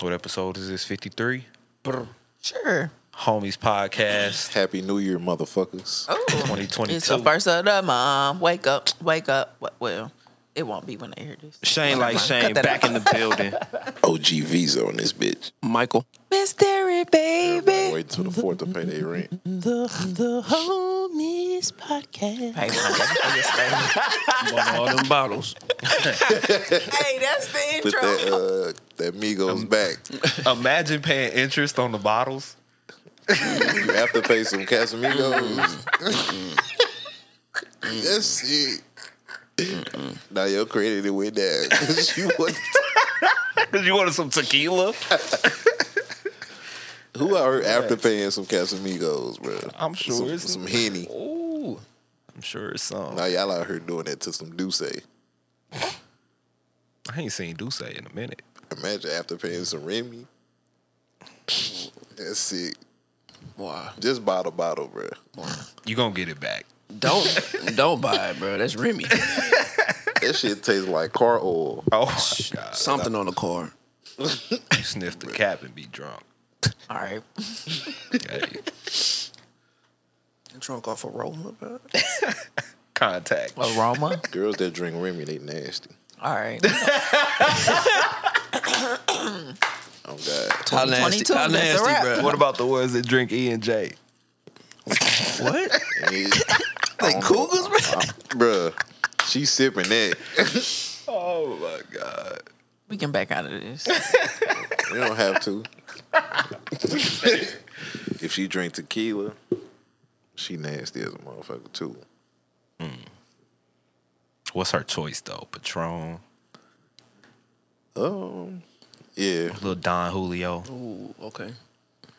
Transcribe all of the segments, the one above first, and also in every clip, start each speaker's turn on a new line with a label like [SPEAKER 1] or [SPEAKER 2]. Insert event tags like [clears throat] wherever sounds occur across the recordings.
[SPEAKER 1] What episode is this? 53?
[SPEAKER 2] Sure.
[SPEAKER 1] Homies [laughs] Podcast.
[SPEAKER 3] Happy New Year, motherfuckers.
[SPEAKER 2] Oh,
[SPEAKER 1] 2022.
[SPEAKER 2] It's the first of the month. Wake up, wake up. Wh- Well, it won't be when they hear this.
[SPEAKER 4] Shane like Shane
[SPEAKER 2] that
[SPEAKER 4] back in the building.
[SPEAKER 3] OG Visa on this bitch.
[SPEAKER 4] Michael.
[SPEAKER 2] Mystery
[SPEAKER 3] Everybody
[SPEAKER 2] baby.
[SPEAKER 3] waiting till the fourth to pay their rent.
[SPEAKER 5] The the homies podcast.
[SPEAKER 2] [laughs] Hey, that's
[SPEAKER 4] all them bottles.
[SPEAKER 2] the
[SPEAKER 3] Put
[SPEAKER 2] intro.
[SPEAKER 3] that uh that
[SPEAKER 1] Um,
[SPEAKER 3] Migos back.
[SPEAKER 1] Imagine paying interest on the bottles.
[SPEAKER 3] You have to pay some Casamigos. [laughs] That's it. Now your credit it went down. [laughs]
[SPEAKER 1] [laughs]
[SPEAKER 3] 'Cause you wasn't-
[SPEAKER 1] Because [laughs] you wanted some tequila?
[SPEAKER 3] who are after paying some Casamigos, bro?
[SPEAKER 1] I'm sure
[SPEAKER 3] some,
[SPEAKER 1] it's-
[SPEAKER 3] some Henny.
[SPEAKER 1] Ooh. I'm sure it's some.
[SPEAKER 3] Now y'all out here doing that to some Duce.
[SPEAKER 1] I ain't seen Duce in a minute.
[SPEAKER 3] Imagine after paying some Remy. That's it.
[SPEAKER 4] Wow.
[SPEAKER 3] Just bottle bottle, bro.
[SPEAKER 1] You gonna get it back.
[SPEAKER 4] Don't [laughs] don't buy it, bro. That's Remy.
[SPEAKER 3] That shit tastes like car oil.
[SPEAKER 1] Oh my god.
[SPEAKER 4] Something on the car.
[SPEAKER 1] [laughs] You sniff the cap and be drunk.
[SPEAKER 2] All right.
[SPEAKER 1] Hey,
[SPEAKER 4] Drunk off a roller, bro.
[SPEAKER 1] [laughs] Contact.
[SPEAKER 2] Aroma.
[SPEAKER 3] Girls that drink Remy, they nasty.
[SPEAKER 2] All [laughs] right.
[SPEAKER 3] Oh God.
[SPEAKER 4] How nasty,
[SPEAKER 2] 22,
[SPEAKER 4] how
[SPEAKER 2] that's a
[SPEAKER 4] nasty
[SPEAKER 2] wrap.
[SPEAKER 4] bro.
[SPEAKER 1] What about the ones that drink E and J?
[SPEAKER 4] What?
[SPEAKER 3] [laughs] like cougars, bro. Bruh, she sipping that.
[SPEAKER 1] Oh my god.
[SPEAKER 2] We can back out of this.
[SPEAKER 3] You don't have [laughs] to. if she drink tequila, she nasty as a motherfucker too.
[SPEAKER 1] What's her choice though? Patron,
[SPEAKER 3] Um, yeah,
[SPEAKER 1] little Don Julio.
[SPEAKER 4] Ooh, okay.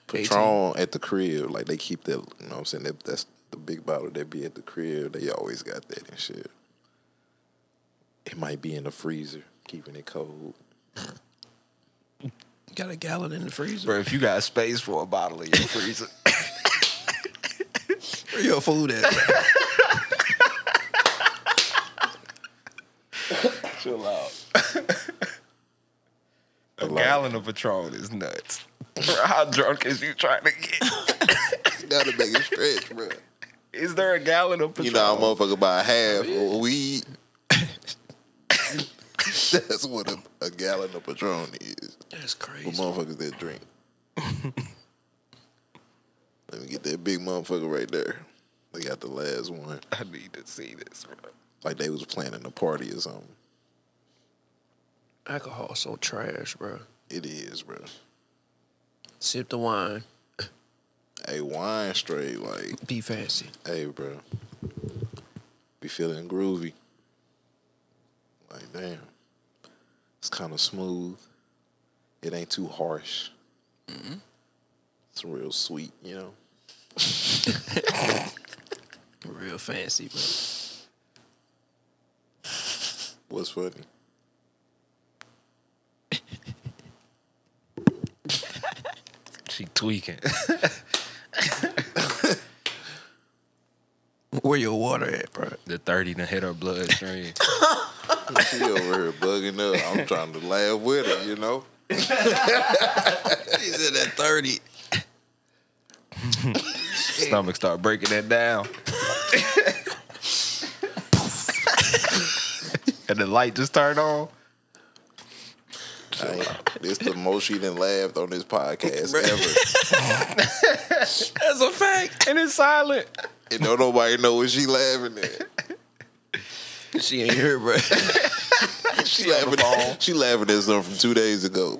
[SPEAKER 3] Patron at the crib, like they keep that. You know what I'm saying? That, that's the big bottle that be at the crib. They always got that and shit. It might be in the freezer, keeping it cold.
[SPEAKER 4] Got a gallon in the freezer.
[SPEAKER 1] Bro, if you got space for a bottle in your freezer,
[SPEAKER 4] Where your food at? bro?
[SPEAKER 1] chill out. a gallon of Patron is nuts. Bro, how drunk is you trying to get?
[SPEAKER 3] Gotta make it stretch, bro.
[SPEAKER 1] Is there a gallon of Patron?
[SPEAKER 3] You know, how a motherfucker buy half of weed. [laughs] That's what a, a gallon of Patron is
[SPEAKER 4] That's
[SPEAKER 3] for
[SPEAKER 4] crazy.
[SPEAKER 3] motherfuckers that drink. Let me get that big motherfucker right there. They got the last one.
[SPEAKER 1] I need to see this, bro.
[SPEAKER 3] Like they was planning a party or something.
[SPEAKER 4] Alcohol so trash, bro.
[SPEAKER 3] It is, bro.
[SPEAKER 4] Sip the wine.
[SPEAKER 3] Hey, wine straight, like,
[SPEAKER 4] Be fancy.
[SPEAKER 3] hey, bro. Be feeling groovy. Like, damn. It's kind of smooth. It ain't too harsh. It's real sweet, you know?
[SPEAKER 4] Real fancy, bro.
[SPEAKER 3] What's funny?
[SPEAKER 1] She tweaking.
[SPEAKER 4] Where your water at, bro?
[SPEAKER 1] the 30 to hit her bloodstream.
[SPEAKER 3] She over here bugging up. I'm trying to laugh with her, you know?
[SPEAKER 4] He's at 30.
[SPEAKER 1] Stomach start breaking that down. [laughs] and the light just turned on.
[SPEAKER 3] Like, this the most she done laughed on this podcast ever.
[SPEAKER 4] That's a fact.
[SPEAKER 1] And it's silent.
[SPEAKER 3] And don't nobody know what she laughing at.
[SPEAKER 4] She ain't here, bro. [laughs]
[SPEAKER 3] She laughing at, she laughing at something from two days ago.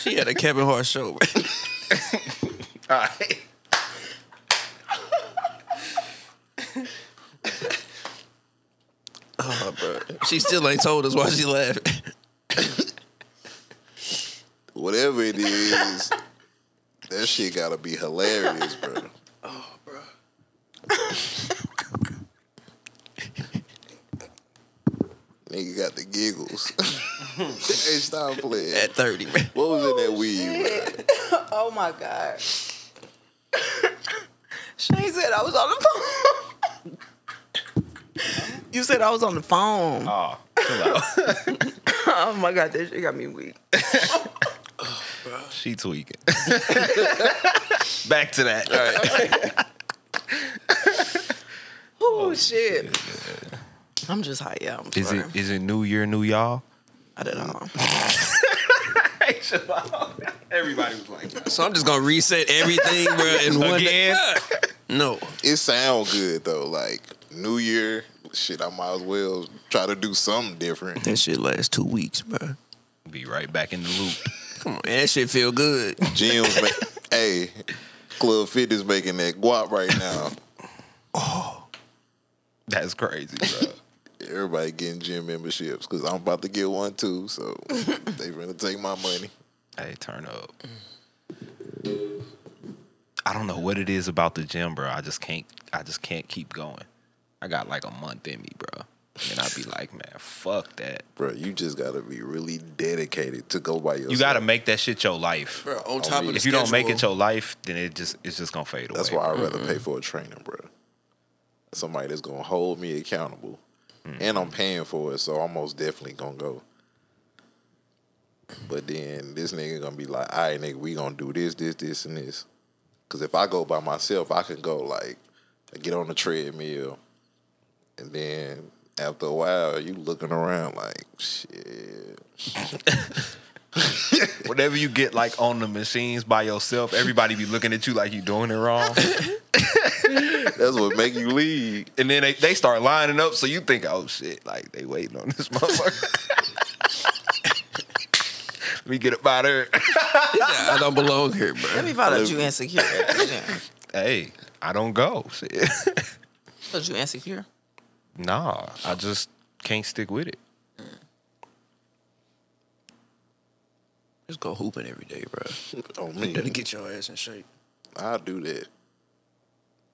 [SPEAKER 4] she had a Kevin Hart show, bro.
[SPEAKER 1] All right.
[SPEAKER 4] Oh, bro. She still ain't told us why she laughing.
[SPEAKER 3] whatever it is, that shit gotta be hilarious, bro. Nigga got the giggles. hey, stop playing.
[SPEAKER 4] [laughs] At 30, bro.
[SPEAKER 3] What was in that weed, bro?
[SPEAKER 2] [laughs] Oh my God. [laughs] Shane said I was on the phone. [laughs] you said I was on the [laughs] phone.
[SPEAKER 1] Oh, chill out.
[SPEAKER 2] Oh my God, that shit got me weak.
[SPEAKER 4] bro.
[SPEAKER 1] [laughs] She tweaking. [laughs] Back to that.
[SPEAKER 2] Oh shit. I'm just hot. Yeah, I'm
[SPEAKER 1] Is
[SPEAKER 2] sorry.
[SPEAKER 1] it is it New Year, New Y'all?
[SPEAKER 2] I don't know.
[SPEAKER 1] Everybody was like, that.
[SPEAKER 4] So I'm just gonna reset everything, bro, in one day. No,
[SPEAKER 3] It sound good though. Like New Year, shit. I might as well try to do something different.
[SPEAKER 4] that shit lasts two weeks, bro.
[SPEAKER 1] be right back in the loop.
[SPEAKER 4] Come on, man, that shit feel good.
[SPEAKER 3] Jim's, ma- hey, Club Fit is making that guap right now.
[SPEAKER 1] That's crazy, bro.
[SPEAKER 3] Everybody getting gym memberships because I'm about to get one too. So they gonna take my money.
[SPEAKER 1] Hey, turn up. I don't know what it is about the gym, bro. I just can't. I just can't keep going. I got like a month in me, bro. And I'd be like, man, fuck that.
[SPEAKER 3] Bro, you just gotta be really dedicated to go by yourself.
[SPEAKER 1] You gotta make that shit your life.
[SPEAKER 4] Bro, on top of the
[SPEAKER 1] If you don't make it
[SPEAKER 4] schedule,
[SPEAKER 1] your life, then it just it's just gonna fade away.
[SPEAKER 3] That's why I'd rather pay for a trainer, bro. Somebody that's gonna hold me accountable. And I'm paying for it, so I'm most definitely gonna go. But then this nigga gonna be like, all right, nigga, we gonna do this, this, this, and this. Cause if I go by myself, I can go like get on the treadmill. And then after a while, you looking around like, shit.
[SPEAKER 1] Whenever you get like on the machines by yourself, everybody be looking at you like you doing it [laughs] wrong.
[SPEAKER 3] That's what make you leave.
[SPEAKER 1] and then they, they start lining up, so you think, oh shit, like they waiting on this motherfucker. [laughs] Let me get up out of here.
[SPEAKER 4] I don't belong here,
[SPEAKER 2] Let
[SPEAKER 4] bro.
[SPEAKER 2] me find out you [laughs] insecure. Yeah.
[SPEAKER 1] hey, I don't go. [laughs] Shit.
[SPEAKER 2] Was you insecure?
[SPEAKER 1] nah, I just can't stick with it.
[SPEAKER 4] Just go hooping every day, bro.
[SPEAKER 3] On me.
[SPEAKER 4] [laughs] That'll get your ass in shape.
[SPEAKER 3] I'll do that.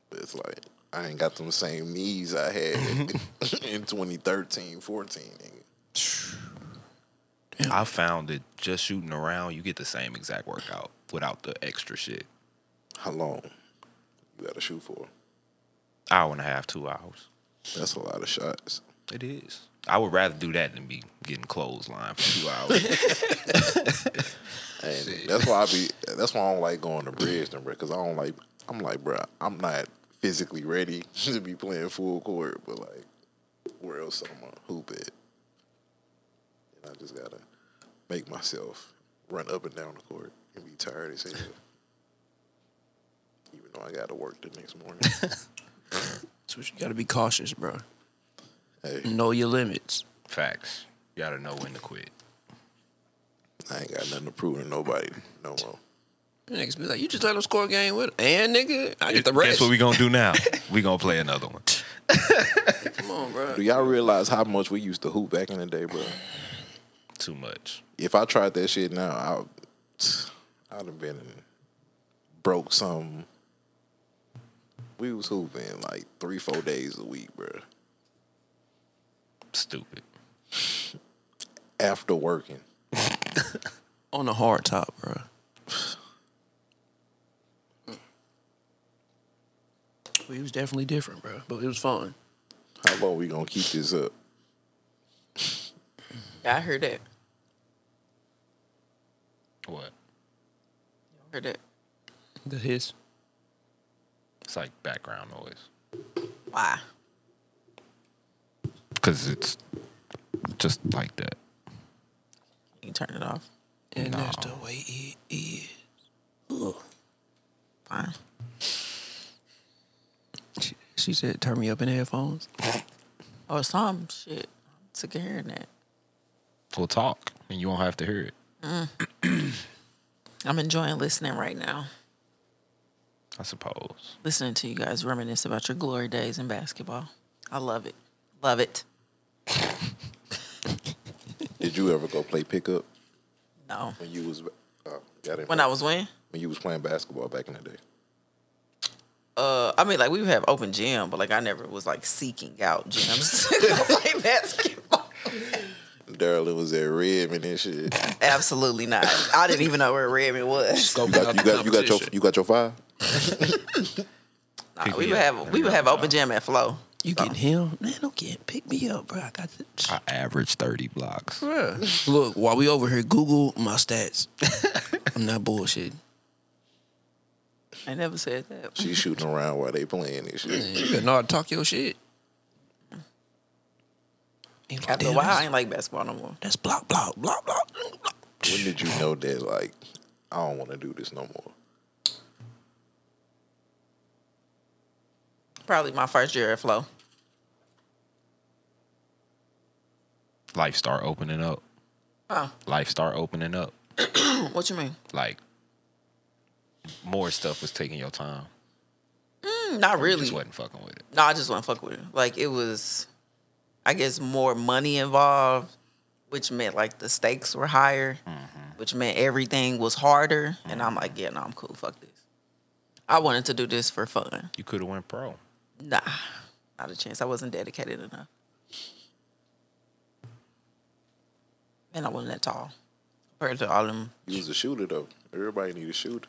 [SPEAKER 3] But it's like I ain't got them same knees I had [laughs] in 2013, 14. Nigga.
[SPEAKER 1] I found that just shooting around, you get the same exact workout without the extra shit.
[SPEAKER 3] How long you got to shoot for?
[SPEAKER 1] Hour and a half, two hours.
[SPEAKER 3] That's a lot of shots.
[SPEAKER 1] It is. I would rather do that than be getting clothesline for two
[SPEAKER 4] [laughs]
[SPEAKER 1] hours.
[SPEAKER 3] And that's why I be. That's why I don't like going to Bridgeton, bro. Because I don't like. I'm like, bro, I'm not physically ready [laughs] to be playing full court. But like, where else I'm gonna hoop it? And I just gotta make myself run up and down the court and be tired as hell. Even though I got to work the next morning.
[SPEAKER 4] That's what you gotta be cautious, bro.
[SPEAKER 3] hey,
[SPEAKER 4] Know your limits.
[SPEAKER 1] Facts. You gotta know when to quit.
[SPEAKER 3] I ain't got nothing to prove to nobody no more.
[SPEAKER 4] Niggas be like, you just let them score a game with 'em. And nigga, I get the rest.
[SPEAKER 1] Guess what we gonna do
[SPEAKER 4] [laughs]
[SPEAKER 1] now? we gonna play another one.
[SPEAKER 4] Come on, bro.
[SPEAKER 3] Do y'all realize how much we used to hoop back in the day, bro?
[SPEAKER 1] Too much.
[SPEAKER 3] if I tried that shit now, I I'd have been broke some. We was hooping like three, four days a week, bro.
[SPEAKER 1] Stupid.
[SPEAKER 3] After working,
[SPEAKER 4] On the hard top, bro. Well, it was definitely different, bro. But it was fun.
[SPEAKER 3] how long we gonna keep this up?
[SPEAKER 2] Yeah, I heard that.
[SPEAKER 1] What?
[SPEAKER 2] I heard that.
[SPEAKER 4] The hiss.
[SPEAKER 1] It's like background noise.
[SPEAKER 2] Why?
[SPEAKER 1] Cause it's just like that.
[SPEAKER 2] You turn it off.
[SPEAKER 4] And that's the way it is.
[SPEAKER 2] Fine.
[SPEAKER 4] She, she said, turn me up in headphones.
[SPEAKER 2] Oh, it's Tom. Shit. I'm sick of hearing that.
[SPEAKER 1] We'll talk, and you won't have to hear it.
[SPEAKER 2] I'm enjoying listening right now.
[SPEAKER 1] I suppose.
[SPEAKER 2] Listening to you guys reminisce about your glory days in basketball. I love it. Love it.
[SPEAKER 3] Did you ever go play pickup
[SPEAKER 2] No.
[SPEAKER 3] when you was uh, got in-
[SPEAKER 2] When I was when?
[SPEAKER 3] when you was playing basketball back in the day?
[SPEAKER 2] Uh, I mean, like we would have open gym, but like I never was like seeking out gyms [laughs] to go play basketball.
[SPEAKER 3] Daryl was at Redmond and shit.
[SPEAKER 2] Absolutely not. I didn't even know where Redmond was.
[SPEAKER 4] Go [laughs]
[SPEAKER 3] You got, you got, you got your you got your five.
[SPEAKER 2] Nah, we would have we would have open gym at Flow.
[SPEAKER 4] You getting him? Man, don't get pick me up, bro. I got the.
[SPEAKER 1] I average thirty blocks.
[SPEAKER 4] [laughs] Bruh. Look, while we over here, Google my stats. I'm not bullshitting.
[SPEAKER 2] I never said that.
[SPEAKER 3] She shooting around while they playing this shit.
[SPEAKER 4] Man, you better know how to talk your shit. He like,
[SPEAKER 2] After a
[SPEAKER 4] "Damn,
[SPEAKER 2] while, I
[SPEAKER 4] that's-
[SPEAKER 2] ain't like basketball no more.
[SPEAKER 4] That's block, block, block, block, block.
[SPEAKER 3] When did you know that? Like, I don't want to do this no more.
[SPEAKER 2] Probably my first year at Flow.
[SPEAKER 6] Life start opening up.
[SPEAKER 2] Oh,
[SPEAKER 6] Life start opening up.
[SPEAKER 2] Hmm, what you mean?
[SPEAKER 6] Like more stuff was taking your time.
[SPEAKER 2] Mm, Not
[SPEAKER 6] You
[SPEAKER 2] really.
[SPEAKER 6] Just wasn't fucking with it.
[SPEAKER 2] No, I just wasn't fuck with it. Like it was, I guess, more money involved, which meant like the stakes were higher,
[SPEAKER 6] Mm-hmm.
[SPEAKER 2] which meant everything was harder. And I'm like, yeah, no, I'm cool. Fuck this. I wanted to do this for fun.
[SPEAKER 6] You could have went pro.
[SPEAKER 2] Nah, not a chance. I wasn't dedicated enough. And I wasn't that tall compared to all them.
[SPEAKER 3] You was a shooter though. Everybody need a shooter.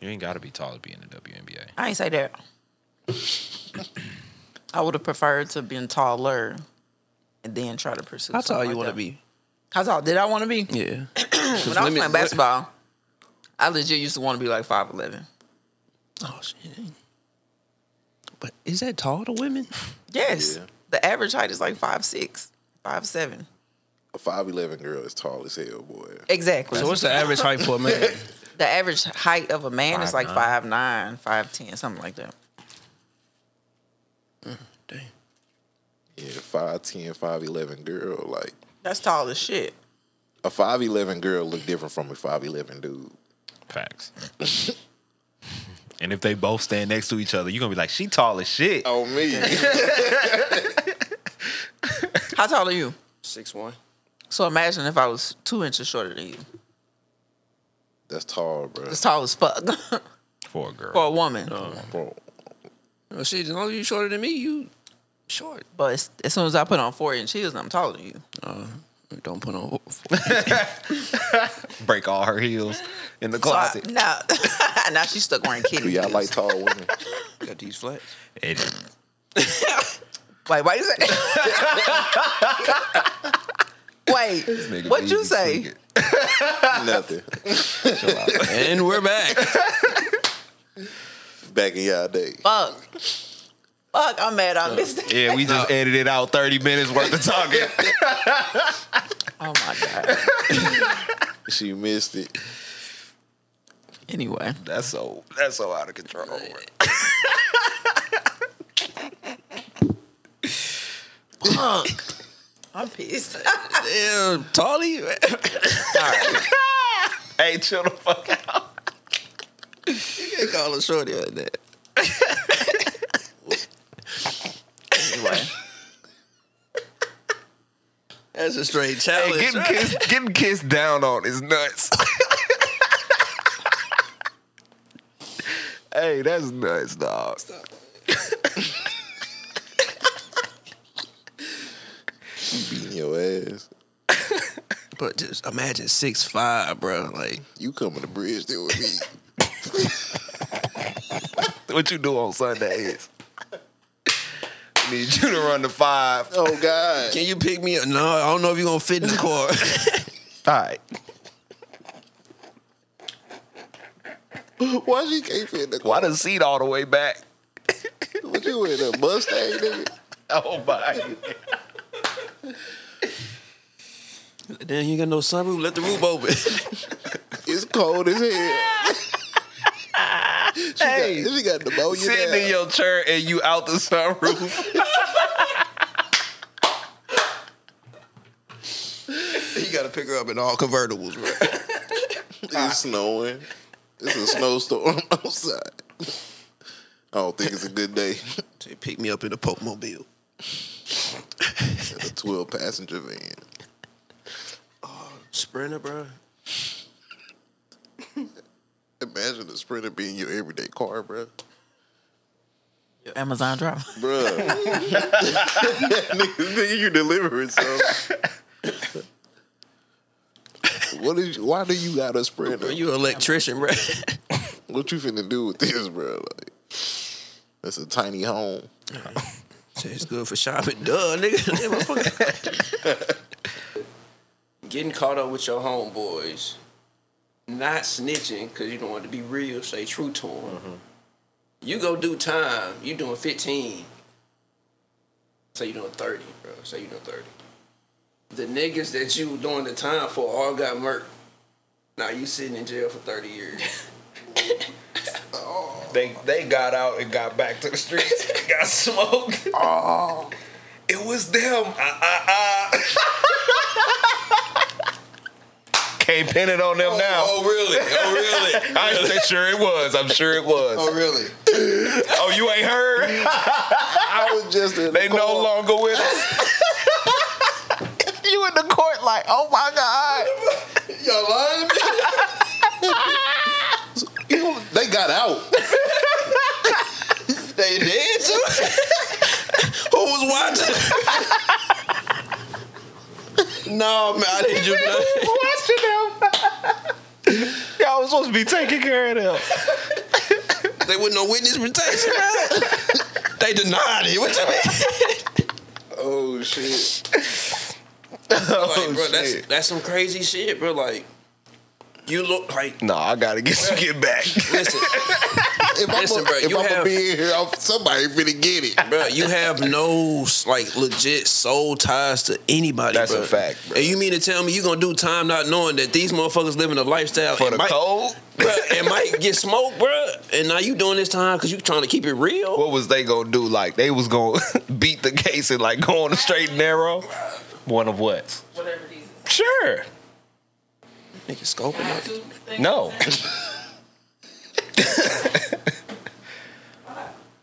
[SPEAKER 6] You ain't got to be tall to be in the WNBA.
[SPEAKER 2] I ain't say that. I would have preferred to been taller and then try to pursue.
[SPEAKER 4] How tall
[SPEAKER 2] something
[SPEAKER 4] you
[SPEAKER 2] like
[SPEAKER 4] want to
[SPEAKER 2] that.
[SPEAKER 4] be?
[SPEAKER 2] How tall did I want to be?
[SPEAKER 4] Yeah.
[SPEAKER 2] When I was playing basketball, I legit used to want to be like five eleven.
[SPEAKER 4] Oh shit. But is that tall to women?
[SPEAKER 2] Yes,
[SPEAKER 3] Yeah.
[SPEAKER 2] the average height is like five six, five seven.
[SPEAKER 3] A five eleven girl is tall as hell, boy.
[SPEAKER 2] Exactly.
[SPEAKER 4] So what's the average height for a man?
[SPEAKER 2] the average height of a man is like
[SPEAKER 6] 5'9"?
[SPEAKER 2] five nine, five ten, something like that.
[SPEAKER 4] Damn.
[SPEAKER 3] Yeah, 5'10", 5'11 girl. Like
[SPEAKER 2] That's tall as shit.
[SPEAKER 3] a five eleven girl look different from a five eleven dude.
[SPEAKER 6] [laughs] Facts. and if they both stand next to each other, you're gonna be like, she tall as shit.
[SPEAKER 3] Oh me.
[SPEAKER 2] How tall are you?
[SPEAKER 4] Six one.
[SPEAKER 2] So imagine if I was two inches shorter than you.
[SPEAKER 3] [laughs] That's tall, bro.
[SPEAKER 2] It's tall as fuck [laughs]
[SPEAKER 6] For a girl.
[SPEAKER 2] for a woman.
[SPEAKER 3] bro.
[SPEAKER 4] Oh shit, as long as you shorter than me, you short.
[SPEAKER 2] But as, as soon as I put on four inch heels, I'm taller than you.
[SPEAKER 4] Uh, don't put on
[SPEAKER 6] Break all her heels in the
[SPEAKER 2] So I-
[SPEAKER 6] closet.
[SPEAKER 2] now, [laughs] now she's stuck wearing
[SPEAKER 3] Do
[SPEAKER 2] kitty.
[SPEAKER 3] y'all
[SPEAKER 2] heels.
[SPEAKER 3] like tall women?
[SPEAKER 4] got these flats.
[SPEAKER 6] It-
[SPEAKER 2] Wait, why you say? Wait,
[SPEAKER 6] nigga
[SPEAKER 2] what
[SPEAKER 6] be
[SPEAKER 2] you say?
[SPEAKER 6] tweaking.
[SPEAKER 3] [laughs] Nothing.
[SPEAKER 4] And we're [laughs] back.
[SPEAKER 3] Back in y'all day.
[SPEAKER 2] Fuck, fuck, I'm mad. I missed it.
[SPEAKER 6] Yeah, we just edited out 30 minutes worth of talking.
[SPEAKER 2] Oh my god.
[SPEAKER 3] She missed it.
[SPEAKER 2] Anyway,
[SPEAKER 6] [laughs] that's so that's so out of control. man.
[SPEAKER 2] fuck, I'm pissed.
[SPEAKER 4] Damn, Tolly.
[SPEAKER 6] hey, chill the fuck out.
[SPEAKER 4] they call her shorty like that.
[SPEAKER 2] anyway,
[SPEAKER 4] That's a straight
[SPEAKER 6] Hey,
[SPEAKER 4] challenge.
[SPEAKER 6] getting
[SPEAKER 4] right?
[SPEAKER 6] kissed getting kissed down on is nuts. [laughs] hey, that's nuts, dog.
[SPEAKER 3] Beating your ass.
[SPEAKER 4] But just imagine six five, bro. Like
[SPEAKER 3] You come in the bridge there with me.
[SPEAKER 6] What you do on Sundays? Need you to run the five. All
[SPEAKER 3] Oh God.
[SPEAKER 4] Can you pick me up? No, I don't know if you're gonna fit in the car.
[SPEAKER 6] right.
[SPEAKER 3] Why she can't fit in the
[SPEAKER 6] Why
[SPEAKER 3] car?
[SPEAKER 6] the seat all the way back?
[SPEAKER 3] What you in a Mustang, nigga?
[SPEAKER 6] Oh my!
[SPEAKER 4] [laughs] Damn, you ain't got no sunroof. Let the roof open.
[SPEAKER 3] It's cold as [laughs] hell. she, got, she got pneumonia.
[SPEAKER 6] Sitting in
[SPEAKER 3] now.
[SPEAKER 6] your chair and you out the sunroof.
[SPEAKER 4] [laughs] you gotta pick her up in all convertibles, bro.
[SPEAKER 3] It's snowing. It's a snowstorm [laughs] outside. I don't think it's a good day.
[SPEAKER 4] Say, pick me up in the Pope Mobile.
[SPEAKER 3] It's a 12 passenger van.
[SPEAKER 4] Sprinter, bro.
[SPEAKER 3] Imagine a Sprinter being your everyday car, bruh.
[SPEAKER 2] your [laughs] Amazon driver.
[SPEAKER 3] Bruh. [laughs] nigga, nigga, you delivering something. What is? Why do you got a Sprinter?
[SPEAKER 4] Bro, you an electrician, bro.
[SPEAKER 3] what you finna do with this, bruh? Like, that's a tiny home.
[SPEAKER 4] Say it's good for shopping. Duh,
[SPEAKER 7] [laughs]
[SPEAKER 4] nigga. Yeah, motherfucker. Getting caught up with your homeboys
[SPEAKER 7] not snitching because you don't want to be real, stay true to him.
[SPEAKER 4] Mm-hmm.
[SPEAKER 7] You go do time, you doing 15. Say you doing 30, bro. Say you doing 30. The niggas that you doing the time for all got murked. Now you sitting in jail for 30 years.
[SPEAKER 6] They they got out and got back to the streets. [laughs] got smoked. Oh. It was them. Ah, ah, ah. Can't pin it on them now.
[SPEAKER 4] Oh, really? Oh, really?
[SPEAKER 6] [laughs] I said, sure it was. I'm sure it was.
[SPEAKER 4] Oh, really?
[SPEAKER 6] Oh, you ain't heard?
[SPEAKER 3] I was just in
[SPEAKER 6] They
[SPEAKER 3] the
[SPEAKER 6] no
[SPEAKER 3] car.
[SPEAKER 6] longer with [laughs] us.
[SPEAKER 8] You in the court like, oh my god.
[SPEAKER 4] Y'all lying?
[SPEAKER 3] [laughs] You know, They got out.
[SPEAKER 4] [laughs] They did too? [laughs] Who was
[SPEAKER 7] [laughs]
[SPEAKER 4] watching? no, man, I didn't do [laughs] nothing.
[SPEAKER 6] [laughs] Y'all was supposed to be taking care of them.
[SPEAKER 4] They with no witness protection,
[SPEAKER 6] [laughs]
[SPEAKER 4] man. They denied it. What you mean?
[SPEAKER 3] Oh shit.
[SPEAKER 6] Oh,
[SPEAKER 7] like, bro, that's that's some crazy shit, bro. Like, you look like
[SPEAKER 6] No, I gotta get some get back.
[SPEAKER 7] listen,
[SPEAKER 3] If I'm
[SPEAKER 7] Listen,
[SPEAKER 3] gonna
[SPEAKER 7] bro,
[SPEAKER 3] if
[SPEAKER 7] you
[SPEAKER 3] I'm
[SPEAKER 7] have-
[SPEAKER 3] gonna be in here, I'm, somebody finna get it.
[SPEAKER 7] bro.
[SPEAKER 4] You have no like legit soul ties to anybody.
[SPEAKER 6] That's
[SPEAKER 4] bro.
[SPEAKER 6] a fact, bro.
[SPEAKER 4] And you mean to tell me you gonna do time not knowing that these motherfuckers living a lifestyle
[SPEAKER 6] For
[SPEAKER 4] and
[SPEAKER 6] the
[SPEAKER 4] might,
[SPEAKER 6] cold?
[SPEAKER 4] bro, and might get smoked, bro. And now you doing this time because you trying to keep it real.
[SPEAKER 6] What was they gonna do? Like they was gonna [laughs] beat the case and like go on the straight and narrow? One of what?
[SPEAKER 2] Whatever these.
[SPEAKER 6] Sure.
[SPEAKER 4] Nigga scoping up.
[SPEAKER 6] No.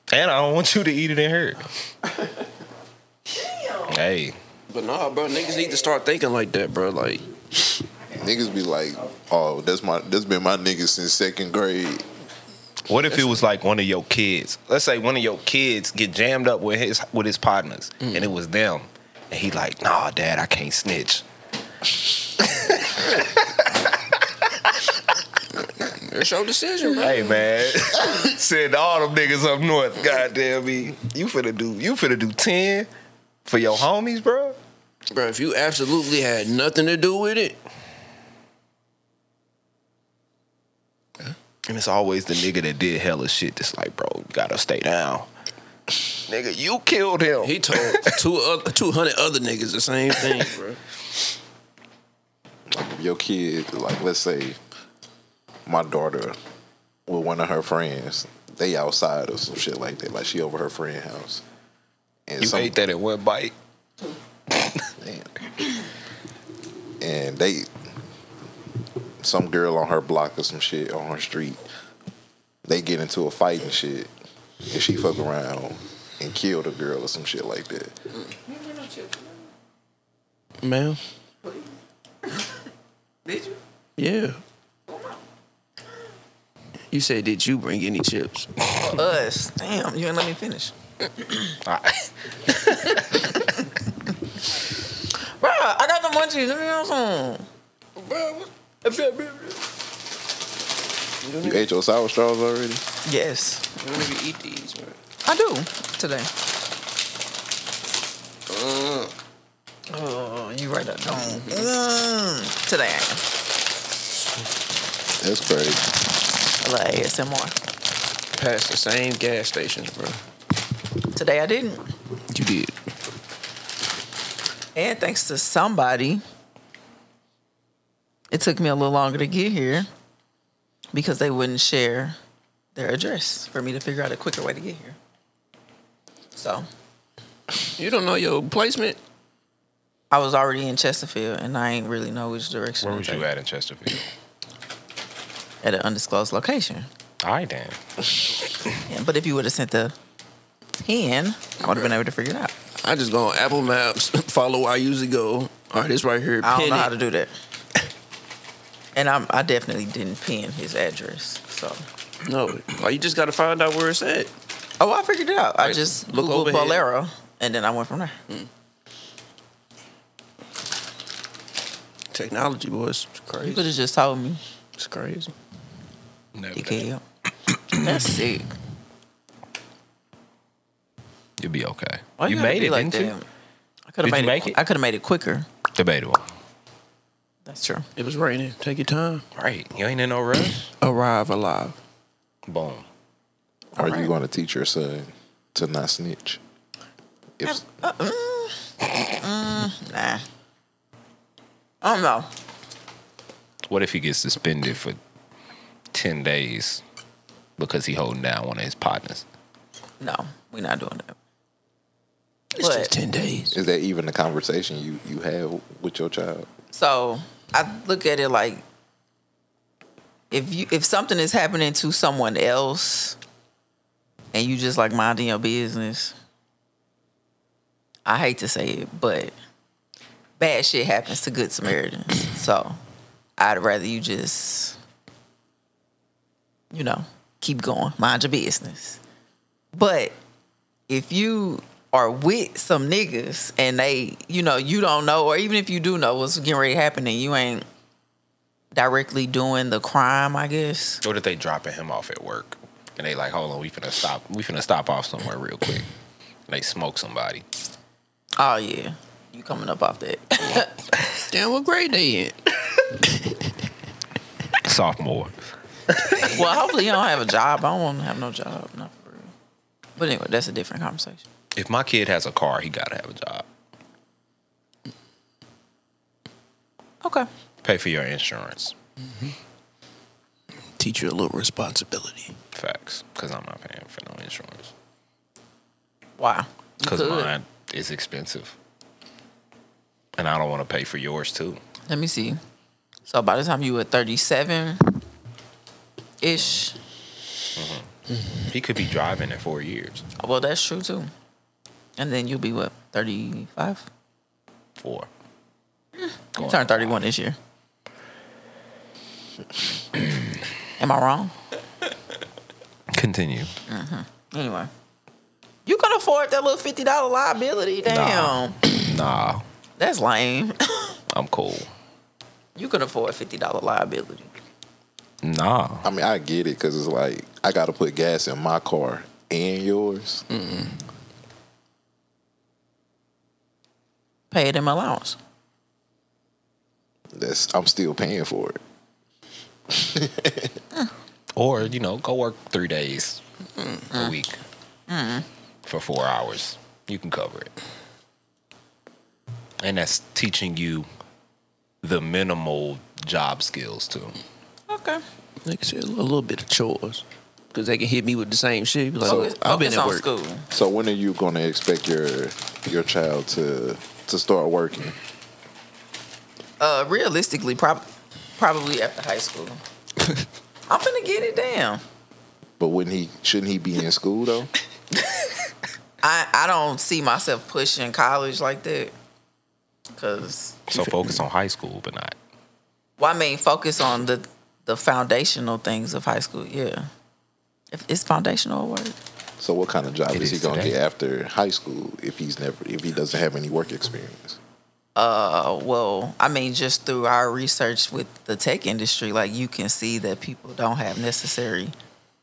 [SPEAKER 6] [laughs] and I don't want you to eat it in here. Hey.
[SPEAKER 4] But nah, bro, niggas need to start thinking like that, bro. Like
[SPEAKER 3] Niggas be like, oh, that's my that's been my nigga since second grade.
[SPEAKER 6] What if it was like one of your kids? Let's say one of your kids get jammed up with his with his partners, and it was them, and he like, nah, dad, I can't snitch.
[SPEAKER 4] it's your decision, bro.
[SPEAKER 6] Hey man, [laughs] send all them niggas up north. Goddamn me, you finna do you finna do ten for your homies, bro.
[SPEAKER 4] Bro, if you absolutely had nothing to do with it,
[SPEAKER 6] And it's always the nigga that did hella shit. That's like, bro, you gotta stay down. nigga, you killed him.
[SPEAKER 4] he told two other, two hundred other niggas the same thing, bro.
[SPEAKER 3] If your kid, like let's say, my daughter with one of her friends, they outside or some shit like that. Like she over her friend house. And
[SPEAKER 6] You ate that in one bite.
[SPEAKER 3] Damn. And they, some girl on her block or some shit on her street, they get into a fight and shit, and she fuck around and kill the girl or some shit like that.
[SPEAKER 4] Ma'am.
[SPEAKER 7] did you?
[SPEAKER 4] Yeah. You said, did you bring any chips?
[SPEAKER 2] Us. Damn, you ain't let me finish. [laughs] Bruh, I got the munchies. Let me have some.
[SPEAKER 3] You ate your sour straws already?
[SPEAKER 2] Yes,
[SPEAKER 7] When do you eat these, man?
[SPEAKER 2] I do today. Oh, you right up don't. Mm, today I am.
[SPEAKER 3] That's crazy.
[SPEAKER 2] I like ASMR.
[SPEAKER 4] Past the same gas stations, bro.
[SPEAKER 2] Today I didn't.
[SPEAKER 4] You did.
[SPEAKER 2] And thanks to somebody, it took me a little longer to get here because they wouldn't share their address for me to figure out a quicker way to get here. So
[SPEAKER 4] You don't know your placement?
[SPEAKER 2] I was already in Chesterfield and I ain't really know which direction.
[SPEAKER 6] Where
[SPEAKER 2] to
[SPEAKER 6] was you
[SPEAKER 2] take.
[SPEAKER 6] at in Chesterfield?
[SPEAKER 2] At an undisclosed location.
[SPEAKER 6] All right, damn.
[SPEAKER 2] Yeah, but if you would have sent the 10, I would have been able to figure it out.
[SPEAKER 4] I just go on Apple Maps, [laughs] follow where I usually go. All right, this right here.
[SPEAKER 2] I
[SPEAKER 4] pin
[SPEAKER 2] don't know
[SPEAKER 4] it.
[SPEAKER 2] how to do that. [laughs] And I'm, I definitely didn't pin his address. So,
[SPEAKER 4] No, like, you just gotta find out where it's at.
[SPEAKER 2] oh, I figured it out. I just
[SPEAKER 4] look
[SPEAKER 2] Googled
[SPEAKER 4] overhead.
[SPEAKER 2] Bolero, and then I went from there.
[SPEAKER 4] Technology, boys, it's
[SPEAKER 2] You could
[SPEAKER 4] crazy.
[SPEAKER 2] have just told me.
[SPEAKER 4] It's crazy.
[SPEAKER 6] Never
[SPEAKER 2] You can't. [coughs] That's sick.
[SPEAKER 6] You'll be okay.
[SPEAKER 2] Why
[SPEAKER 6] you
[SPEAKER 2] gotta
[SPEAKER 6] made
[SPEAKER 2] be
[SPEAKER 6] it,
[SPEAKER 2] like
[SPEAKER 6] didn't
[SPEAKER 2] that? I could
[SPEAKER 6] Did
[SPEAKER 2] have
[SPEAKER 6] you
[SPEAKER 2] made
[SPEAKER 6] make
[SPEAKER 2] it,
[SPEAKER 6] it?
[SPEAKER 2] I could have made it quicker,
[SPEAKER 6] you? Debatable.
[SPEAKER 2] That's true.
[SPEAKER 9] It was raining. Take your time.
[SPEAKER 1] Right. You ain't in no rush.
[SPEAKER 4] Arrive alive.
[SPEAKER 1] Boom.
[SPEAKER 3] Are you going to teach your son to not snitch? If,
[SPEAKER 2] Uh, mm, Nah. I don't know.
[SPEAKER 1] What if he gets suspended for ten days because he holding down one of his partners?
[SPEAKER 2] No, we're not doing that.
[SPEAKER 4] It's
[SPEAKER 2] But-
[SPEAKER 4] just ten days.
[SPEAKER 3] is that even a conversation you, you have with your child?
[SPEAKER 2] So I look at it like if you if something is happening to someone else and you just like minding your business, I hate to say it, but bad shit happens to good Samaritans. so I'd rather you just you know, keep going, mind your business. But if you are with some niggas and they, you know, you don't know, or even if you do know what's getting ready to happen and you ain't directly doing the crime, I guess.
[SPEAKER 1] What if they dropping him off at work and they like, hold on, we finna stop, we finna stop off somewhere real quick. And they smoke somebody.
[SPEAKER 2] Oh yeah, you coming up off that? [laughs]
[SPEAKER 9] Damn, what grade they in?
[SPEAKER 1] Sophomore.
[SPEAKER 2] well, hopefully you don't have a job. I don't want to have no job, not for real. But anyway, that's a different conversation.
[SPEAKER 1] If my kid has a car, he gotta have a job.
[SPEAKER 2] Okay.
[SPEAKER 1] Pay for your insurance.
[SPEAKER 4] Teach you a little responsibility.
[SPEAKER 1] Facts. Cause I'm not paying for no insurance.
[SPEAKER 2] Wow. You
[SPEAKER 1] Cause
[SPEAKER 2] could.
[SPEAKER 1] mine is expensive. And I don't wanna pay for yours too.
[SPEAKER 2] Let me see. So by the time you were thirty-seven ish,
[SPEAKER 1] He could be driving in four years.
[SPEAKER 2] well, that's true too. And then you'll be what thirty-five.
[SPEAKER 1] Four.
[SPEAKER 2] You turned 31 this year. [clears throat] Am I wrong?
[SPEAKER 1] Continue.
[SPEAKER 2] Anyway. You can afford that little fifty dollar liability. Damn.
[SPEAKER 1] Nah,
[SPEAKER 2] That's lame. [laughs]
[SPEAKER 1] I'm cool.
[SPEAKER 2] you can afford fifty dollar liability.
[SPEAKER 1] Nah.
[SPEAKER 3] I mean, I get it because it's like I got to put gas in my car and yours.
[SPEAKER 2] Pay them allowance.
[SPEAKER 3] That's I'm still paying for it.
[SPEAKER 1] Or, you know, go work three days a week for four hours. You can cover it. And that's teaching you the minimal job skills too.
[SPEAKER 2] Okay.
[SPEAKER 4] Like I said, a little bit of chores. Cause they can hit me with the same shit. Be like, oh,
[SPEAKER 2] Focus,
[SPEAKER 4] I've been
[SPEAKER 2] focus
[SPEAKER 4] at
[SPEAKER 2] Oh, on
[SPEAKER 4] work.
[SPEAKER 2] school.
[SPEAKER 3] So when are you going to expect your your child to to start working?
[SPEAKER 2] Uh realistically, prob- probably after high [laughs] school. I'm finna get it down.
[SPEAKER 3] But wouldn't he? Shouldn't he be in school though?
[SPEAKER 2] I, I don't see myself pushing college like that. Cause
[SPEAKER 1] So focus on high school, but not.
[SPEAKER 2] Well, I mean, focus on the the foundational things of high school. Yeah, if it's foundational a word.
[SPEAKER 3] So what kind of job
[SPEAKER 1] It
[SPEAKER 3] is he
[SPEAKER 1] is
[SPEAKER 3] going to
[SPEAKER 1] today.
[SPEAKER 3] get after high school if he's never if he doesn't have any work experience?
[SPEAKER 2] Uh, well, I mean, just through our research with the tech industry, like you can see that people don't have necessary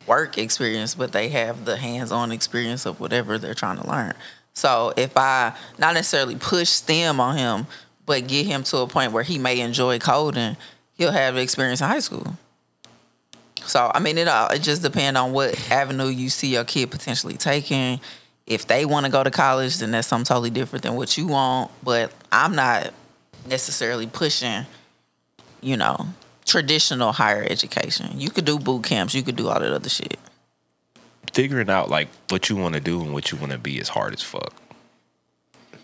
[SPEAKER 2] work experience, but they have the hands-on experience of whatever they're trying to learn. So if I not necessarily push STEM on him, but get him to a point where he may enjoy coding, he'll have experience in high school. So I mean, it all it just depends on what avenue you see your kid potentially taking. If they want to go to college, then that's something totally different than what you want. But I'm not necessarily pushing, you know, traditional higher education. You could do boot camps, you could do all that other shit.
[SPEAKER 1] Figuring out like what you want to do and what you want to be is hard as fuck.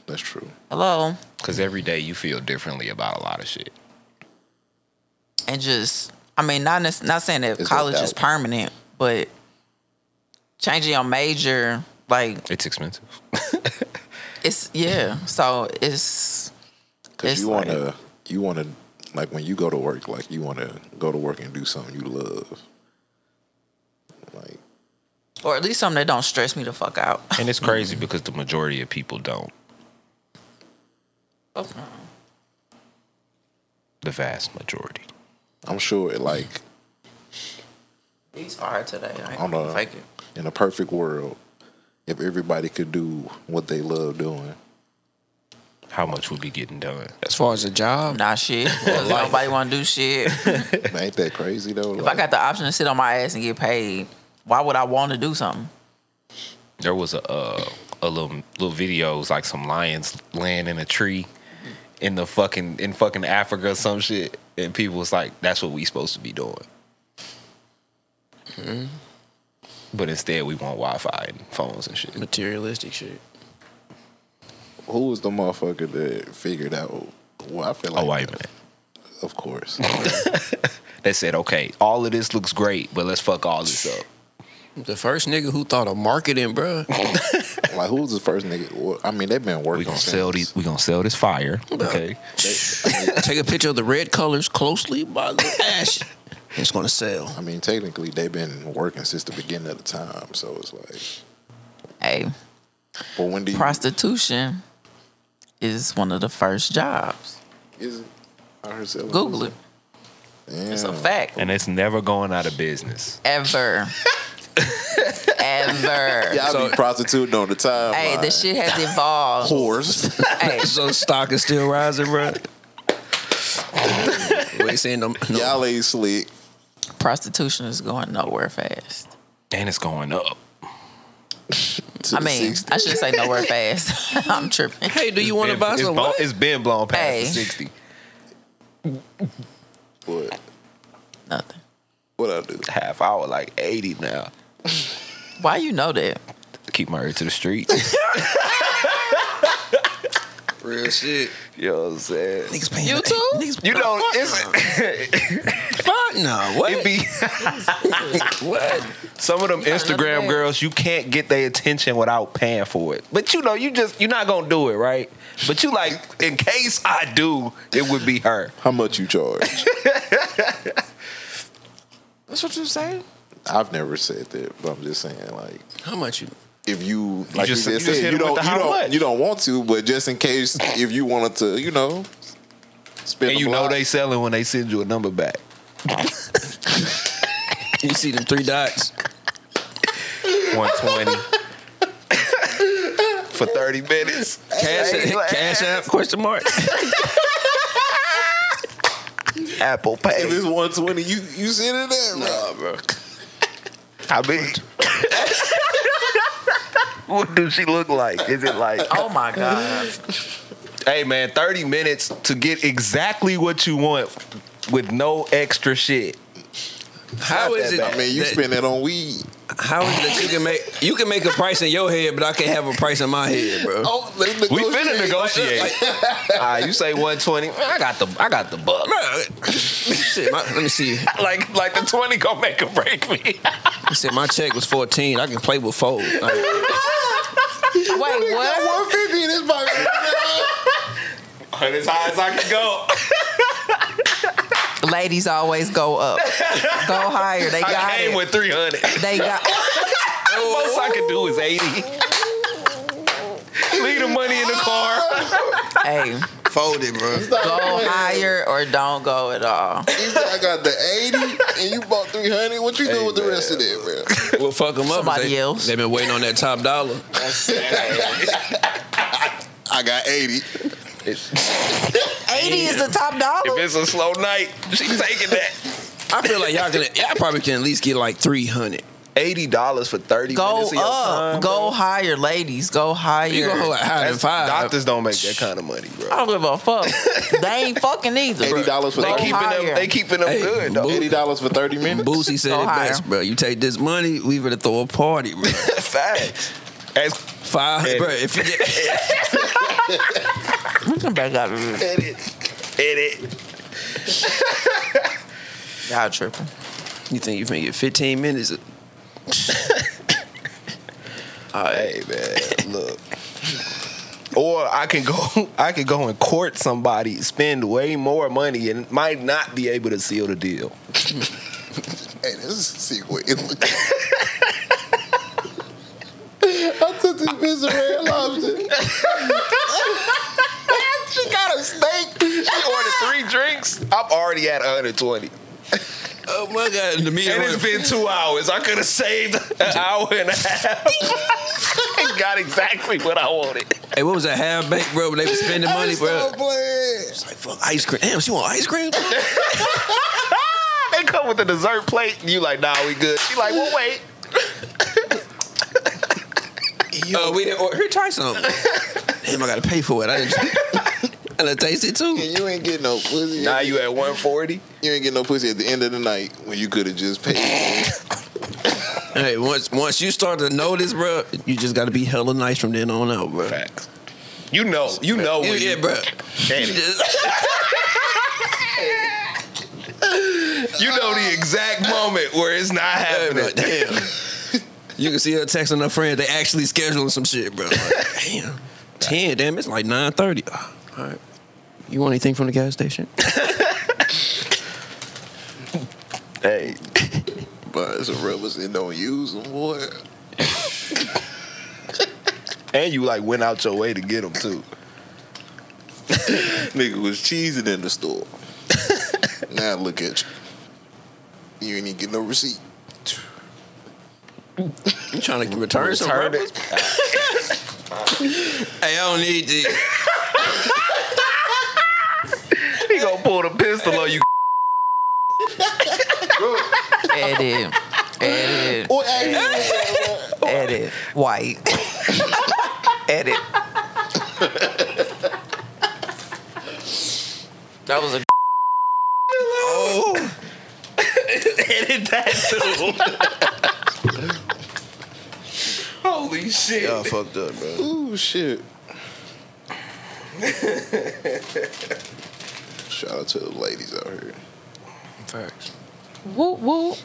[SPEAKER 3] That's true.
[SPEAKER 2] Hello,
[SPEAKER 1] Cause every day you feel differently about a lot of shit.
[SPEAKER 2] and just I mean, not nec- not saying that
[SPEAKER 3] It's
[SPEAKER 2] college
[SPEAKER 3] worked
[SPEAKER 2] is
[SPEAKER 3] out.
[SPEAKER 2] permanent, but changing your major, like
[SPEAKER 1] It's expensive.
[SPEAKER 2] it's yeah. So it's
[SPEAKER 3] Because
[SPEAKER 2] It's
[SPEAKER 3] you
[SPEAKER 2] like-
[SPEAKER 3] want to you want to like when you go to work, like you want to go to work and do something you love. Like
[SPEAKER 2] or at least something that don't stress me the fuck out. [laughs]
[SPEAKER 1] And it's crazy [laughs] because the majority of people don't. The vast majority.
[SPEAKER 3] I'm sure, like
[SPEAKER 2] He's fired today. I ain't
[SPEAKER 3] on
[SPEAKER 2] gonna
[SPEAKER 3] a
[SPEAKER 2] fake it.
[SPEAKER 3] in a perfect world, if everybody could do what they love doing,
[SPEAKER 6] how much would be getting done?
[SPEAKER 1] As far as a job,
[SPEAKER 2] Nah,
[SPEAKER 3] [laughs]
[SPEAKER 2] shit. 'Cause Nobody want to do shit.
[SPEAKER 3] Man, ain't that crazy though?
[SPEAKER 2] If I
[SPEAKER 3] Like,
[SPEAKER 2] got the option to sit on my ass and get paid, why would I want to do something?
[SPEAKER 6] There was a uh, a little little videos like some lions laying in a tree in the fucking in fucking Africa or some shit, and people was like, "That's what we supposed to be doing." But instead, we want Wi-Fi and phones and shit.
[SPEAKER 4] Materialistic shit.
[SPEAKER 3] who was the motherfucker that figured out? Well, I feel like
[SPEAKER 6] Oh, wait a
[SPEAKER 3] that-
[SPEAKER 6] minute.
[SPEAKER 3] Of course,
[SPEAKER 6] They said, "Okay, all of this looks great, but let's fuck all this up."
[SPEAKER 1] the first nigga who thought of marketing, bro.
[SPEAKER 2] [laughs]
[SPEAKER 3] like who was the first nigga? Well, I mean, they've been working.
[SPEAKER 6] We gonna
[SPEAKER 3] since.
[SPEAKER 6] sell these. We gonna sell this fire. Okay.
[SPEAKER 1] Take a picture of the red colors closely by the ash.
[SPEAKER 4] It's gonna sell.
[SPEAKER 3] I mean, technically, they've been working since the beginning of the time. So it's like,
[SPEAKER 2] Hey,
[SPEAKER 3] but when do you?
[SPEAKER 2] prostitution is one of the first jobs.
[SPEAKER 3] is it, I heard selling
[SPEAKER 2] Google it.
[SPEAKER 3] pussy. Damn.
[SPEAKER 2] It's a fact.
[SPEAKER 6] And it's never going out of business.
[SPEAKER 2] Ever. Ever.
[SPEAKER 3] Y'all be prostituting on the time.
[SPEAKER 2] Hey, the shit has evolved.
[SPEAKER 3] Whores.
[SPEAKER 2] Hey,
[SPEAKER 4] So stock is still rising, bro. we ain't saying no, no
[SPEAKER 3] Y'all ain't slick.
[SPEAKER 2] prostitution is going nowhere fast.
[SPEAKER 6] And it's going up.
[SPEAKER 3] to
[SPEAKER 2] I
[SPEAKER 3] the
[SPEAKER 2] mean,
[SPEAKER 3] 60s.
[SPEAKER 2] I should say nowhere fast. [laughs] I'm tripping.
[SPEAKER 1] Hey, do you want to
[SPEAKER 6] Been-
[SPEAKER 1] buy
[SPEAKER 6] it's
[SPEAKER 1] some?
[SPEAKER 6] blown-
[SPEAKER 1] what?
[SPEAKER 6] It's been blown past
[SPEAKER 2] Hey.
[SPEAKER 6] the sixty.
[SPEAKER 3] What?
[SPEAKER 2] Nothing.
[SPEAKER 3] What I do?
[SPEAKER 6] Half hour, like eighty now.
[SPEAKER 2] Why you know that?
[SPEAKER 6] Keep my ear to the streets.
[SPEAKER 1] Real shit.
[SPEAKER 6] you know what I'm saying?
[SPEAKER 4] niggas paying.
[SPEAKER 2] You too?
[SPEAKER 4] Niggas,
[SPEAKER 6] You know, it's,
[SPEAKER 4] fuck no. What?
[SPEAKER 6] it be
[SPEAKER 4] what?
[SPEAKER 6] some of them
[SPEAKER 2] another
[SPEAKER 6] Instagram
[SPEAKER 2] bag.
[SPEAKER 6] girls. You can't get their attention without paying for it. But you know, you just you're not gonna do it, right? But you like, in case I do, it would be her.
[SPEAKER 3] How much you charge?
[SPEAKER 6] [laughs]
[SPEAKER 2] That's what you saying?
[SPEAKER 3] I've never said that, but I'm just saying, like,
[SPEAKER 4] How much you?
[SPEAKER 3] if you like you
[SPEAKER 6] just-
[SPEAKER 3] just,
[SPEAKER 6] you just hit
[SPEAKER 3] said, you
[SPEAKER 6] him with
[SPEAKER 3] don't,
[SPEAKER 6] the
[SPEAKER 3] you
[SPEAKER 6] how
[SPEAKER 3] don't,
[SPEAKER 6] much.
[SPEAKER 3] you don't want to, but just in case, if you wanted to, you know, spend.
[SPEAKER 6] And
[SPEAKER 3] a
[SPEAKER 6] you know
[SPEAKER 3] block.
[SPEAKER 6] they selling when they send you a number back.
[SPEAKER 4] You see them three dots?
[SPEAKER 6] One twenty for thirty minutes.
[SPEAKER 4] Cash, cash app? Question mark.
[SPEAKER 6] Apple Pay.
[SPEAKER 3] If it's 120, you you send it there, bro.
[SPEAKER 6] I mean, [laughs] what does she look like? Is it like,
[SPEAKER 2] Oh my God.
[SPEAKER 6] hey man, 30 minutes to get exactly what you want with no extra shit?
[SPEAKER 4] How is it?
[SPEAKER 3] I mean, you
[SPEAKER 4] that-
[SPEAKER 3] spend that on weed.
[SPEAKER 4] How is it that you can make you can make a price in your head, but I can't have a price in my head, bro?
[SPEAKER 3] Oh, we
[SPEAKER 6] We finna negotiate.
[SPEAKER 4] [laughs]
[SPEAKER 6] All right, you say 120. Man, I got the I got the [laughs] buck.
[SPEAKER 4] Bruh. Shit, my, let me see.
[SPEAKER 6] Like like the 20 gonna make or break me.
[SPEAKER 4] He said my check was fourteen. I can play with four. Like,
[SPEAKER 2] Wait, what?
[SPEAKER 3] 150 in this
[SPEAKER 6] [laughs]
[SPEAKER 3] pocket.
[SPEAKER 6] as high as I can go.
[SPEAKER 2] Ladies always go up, go higher. They got
[SPEAKER 6] I came
[SPEAKER 2] it.
[SPEAKER 6] with 300.
[SPEAKER 2] they got.
[SPEAKER 6] The most I could do is 80. Leave the money in the car.
[SPEAKER 2] hey,
[SPEAKER 10] Fold it, bro.
[SPEAKER 2] go higher or don't go at all.
[SPEAKER 3] He said, I got the 80 and you bought 300. What you doing with the rest of that, bro?
[SPEAKER 4] we'll fuck them up.
[SPEAKER 2] Somebody
[SPEAKER 4] they,
[SPEAKER 2] else.
[SPEAKER 4] They've been waiting on that top dollar.
[SPEAKER 3] I got 80.
[SPEAKER 2] Eighty is the top
[SPEAKER 6] If
[SPEAKER 2] dollar.
[SPEAKER 6] it's a slow night, she taking that.
[SPEAKER 4] I feel like y'all can. Y'all probably can at least get like three hundred.
[SPEAKER 6] Eighty dollars for thirty
[SPEAKER 2] Go
[SPEAKER 6] minutes. of your
[SPEAKER 2] up,
[SPEAKER 6] time,
[SPEAKER 2] go
[SPEAKER 6] bro?
[SPEAKER 2] higher, ladies. Go higher.
[SPEAKER 4] You gonna hold like higher than five?
[SPEAKER 6] That's- Doctors don't make that kind of money, bro.
[SPEAKER 2] I don't give a [laughs] fuck. they ain't fucking either.
[SPEAKER 3] $80 for
[SPEAKER 2] They
[SPEAKER 6] They
[SPEAKER 2] go
[SPEAKER 6] keeping
[SPEAKER 2] higher.
[SPEAKER 6] them. They keeping them
[SPEAKER 4] Hey,
[SPEAKER 6] good. Though.
[SPEAKER 4] boo-
[SPEAKER 3] $80 for 30 minutes?
[SPEAKER 4] Boosie said
[SPEAKER 2] Go
[SPEAKER 4] it
[SPEAKER 2] higher.
[SPEAKER 4] best, bro. You take this money, we gonna throw a party, [laughs] bro.
[SPEAKER 6] Facts. As
[SPEAKER 4] Five,
[SPEAKER 6] Hey.
[SPEAKER 4] bro. If you get, [laughs]
[SPEAKER 2] We can back out of this.
[SPEAKER 6] edit.
[SPEAKER 2] Y'all tripping.
[SPEAKER 4] you think you finna get fifteen minutes? of-
[SPEAKER 6] Hey man, look. Or I can go. [laughs] I can go and court somebody, spend way more money, and might not be able to seal the deal.
[SPEAKER 3] Hey, this is secret. [laughs] I took this piece of red lobster.
[SPEAKER 6] She got a steak. She ordered three drinks. I'm already at 120,
[SPEAKER 4] Oh my god, the meeting
[SPEAKER 6] and
[SPEAKER 4] went
[SPEAKER 6] [laughs] it's been two hours. I could have saved an hour and a half.
[SPEAKER 1] I got exactly what I wanted.
[SPEAKER 4] Hey, what was that half baked, bro? When they was spending money, bro.
[SPEAKER 11] It's like fuck ice cream. Damn, she want ice cream?
[SPEAKER 4] [laughs]
[SPEAKER 1] They come with a dessert plate, and you like, nah, we good. She like, well, wait.
[SPEAKER 11] Yo,
[SPEAKER 4] Oh, we didn't order. Here, try some. Damn, I gotta pay for it. I didn't. and [laughs] I taste it too.
[SPEAKER 3] And you ain't getting no pussy.
[SPEAKER 1] Now you at 140.
[SPEAKER 3] You ain't getting no pussy at the end of the night when you could have just paid.
[SPEAKER 4] Hey, once once you start to notice, bro, you just gotta be hella nice from then on out, bro.
[SPEAKER 1] Facts. You know, you know
[SPEAKER 4] Yeah,
[SPEAKER 1] when
[SPEAKER 4] yeah,
[SPEAKER 1] you,
[SPEAKER 4] bro.
[SPEAKER 1] Damn it. you know the exact moment where it's not
[SPEAKER 4] Hey,
[SPEAKER 1] happening.
[SPEAKER 4] bro, damn. You can see her texting her friend. They actually scheduling some shit, bro. Like, damn. Ten, damn. It's like nine thirty. All right. You want anything from the gas station?
[SPEAKER 1] Hey,
[SPEAKER 3] but it's a rubber and don't use them, boy.
[SPEAKER 1] and you like went out your way to get them too.
[SPEAKER 3] Nigga was cheesing in the [laughs] store. now look at you. You ain't even get no receipt.
[SPEAKER 4] You trying to return, some
[SPEAKER 1] Turned
[SPEAKER 4] bro?
[SPEAKER 1] it.
[SPEAKER 4] [laughs] Hey, I don't need these.
[SPEAKER 1] He gonna pull the pistol on you.
[SPEAKER 2] Edit. Edit. Edit. White. Edit. That was a
[SPEAKER 1] Oh. [laughs] Edit that too. Holy shit!
[SPEAKER 11] y'all fucked up, bro.
[SPEAKER 3] Ooh, shit. Shout out to the ladies out here.
[SPEAKER 4] Facts.
[SPEAKER 2] whoop whoop.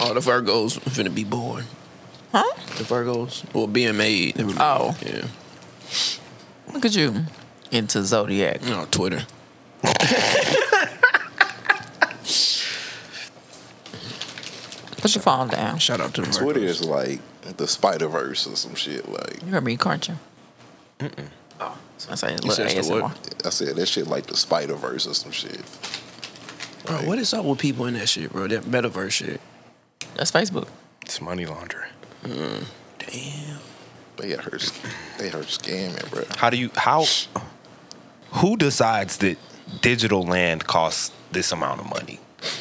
[SPEAKER 4] All Oh, the Virgos finna be born.
[SPEAKER 2] Huh?
[SPEAKER 4] The Virgos, well, being made.
[SPEAKER 2] Oh.
[SPEAKER 4] yeah.
[SPEAKER 2] Look at you. Into Zodiac.
[SPEAKER 4] No, Twitter.
[SPEAKER 2] Put your phone down.
[SPEAKER 4] Shout out to the
[SPEAKER 3] Twitter
[SPEAKER 4] Virgos.
[SPEAKER 3] is like the Spider Verse or some shit. Like
[SPEAKER 2] You heard me crunching. Oh, I say a little
[SPEAKER 4] says the what?
[SPEAKER 2] ASMR.
[SPEAKER 3] I said, that shit like the Spider Verse or some shit.
[SPEAKER 4] Bro, what is up with people in that shit, bro? That metaverse shit.
[SPEAKER 2] That's Facebook.
[SPEAKER 1] It's money laundering.
[SPEAKER 4] Damn.
[SPEAKER 3] They had her, they her scamming, bro.
[SPEAKER 1] How do you how who decides that digital land costs this amount of money?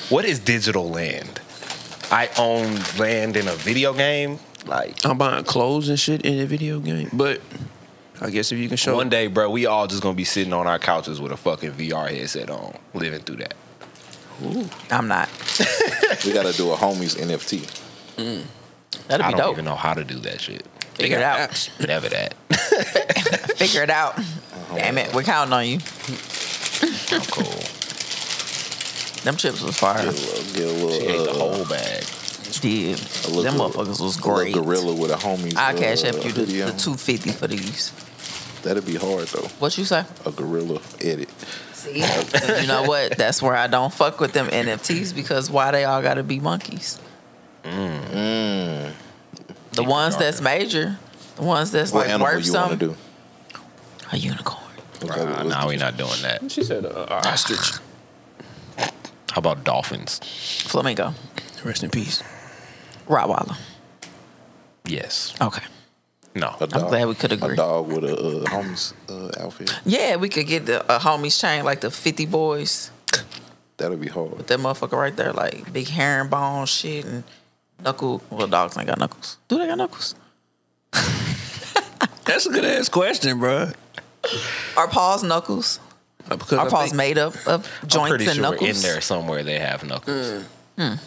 [SPEAKER 1] What is digital land? I own land in a video game. Like
[SPEAKER 4] I'm buying clothes and shit in a video game, but I guess if you can show
[SPEAKER 1] one day, bro, we all just gonna be sitting on our couches with a fucking VR headset on, living through that.
[SPEAKER 2] I'm not.
[SPEAKER 3] We gotta do a homies NFT.
[SPEAKER 2] That'd
[SPEAKER 1] I don't
[SPEAKER 2] be dope.
[SPEAKER 1] even know how to do that shit.
[SPEAKER 2] Figure it out.
[SPEAKER 4] apps.
[SPEAKER 1] Never that.
[SPEAKER 2] [laughs] Figure it out. Damn it, we're counting on you.
[SPEAKER 1] I'm [laughs] cool.
[SPEAKER 2] Them chips was fire.
[SPEAKER 3] Get a little, get a
[SPEAKER 1] She ate
[SPEAKER 3] little,
[SPEAKER 1] the
[SPEAKER 3] uh,
[SPEAKER 1] whole bag.
[SPEAKER 2] Did
[SPEAKER 3] a little-
[SPEAKER 2] them motherfuckers was
[SPEAKER 3] a little
[SPEAKER 2] great.
[SPEAKER 3] gorilla with a homies.
[SPEAKER 2] I cash
[SPEAKER 3] uh,
[SPEAKER 2] up you the,
[SPEAKER 3] hoodie
[SPEAKER 2] the
[SPEAKER 3] on.
[SPEAKER 2] two fifty for these.
[SPEAKER 3] That'd be hard though.
[SPEAKER 2] What you say?
[SPEAKER 3] A gorilla edit.
[SPEAKER 2] See, [laughs] you know what? That's where I don't fuck with them NFTs because why they all gotta be monkeys?
[SPEAKER 3] Mm.
[SPEAKER 2] The ones that's major, the ones that's
[SPEAKER 3] What
[SPEAKER 2] like
[SPEAKER 3] animal
[SPEAKER 2] worth
[SPEAKER 3] you
[SPEAKER 2] some.
[SPEAKER 3] want to do?
[SPEAKER 2] A unicorn.
[SPEAKER 3] Okay,
[SPEAKER 1] Nah,
[SPEAKER 3] let's
[SPEAKER 1] nah,
[SPEAKER 3] do-
[SPEAKER 1] we not doing that.
[SPEAKER 4] She said uh, ostrich.
[SPEAKER 1] How about dolphins?
[SPEAKER 2] Flamingo.
[SPEAKER 4] Rest in peace.
[SPEAKER 2] Rottweiler.
[SPEAKER 1] Yes.
[SPEAKER 2] Okay.
[SPEAKER 1] No.
[SPEAKER 3] a dog-
[SPEAKER 2] glad we could
[SPEAKER 3] A
[SPEAKER 2] agree.
[SPEAKER 3] dog with a uh, homies uh, outfit.
[SPEAKER 2] Yeah, we could get the a homies chain like the 50 boys.
[SPEAKER 3] That'd be hard.
[SPEAKER 2] That motherfucker right there, like big herringbone shit and knuckle. Well, dogs ain't got knuckles. Do they got knuckles?
[SPEAKER 4] That's a good ass question, bro.
[SPEAKER 2] Are paws knuckles?
[SPEAKER 4] Uh, Because
[SPEAKER 2] Are
[SPEAKER 4] I
[SPEAKER 2] paws
[SPEAKER 4] think-
[SPEAKER 2] made up of
[SPEAKER 1] I'm
[SPEAKER 2] joints
[SPEAKER 1] pretty
[SPEAKER 2] and
[SPEAKER 1] sure
[SPEAKER 2] knuckles? Mm,
[SPEAKER 1] in there somewhere they have knuckles.
[SPEAKER 4] Tryna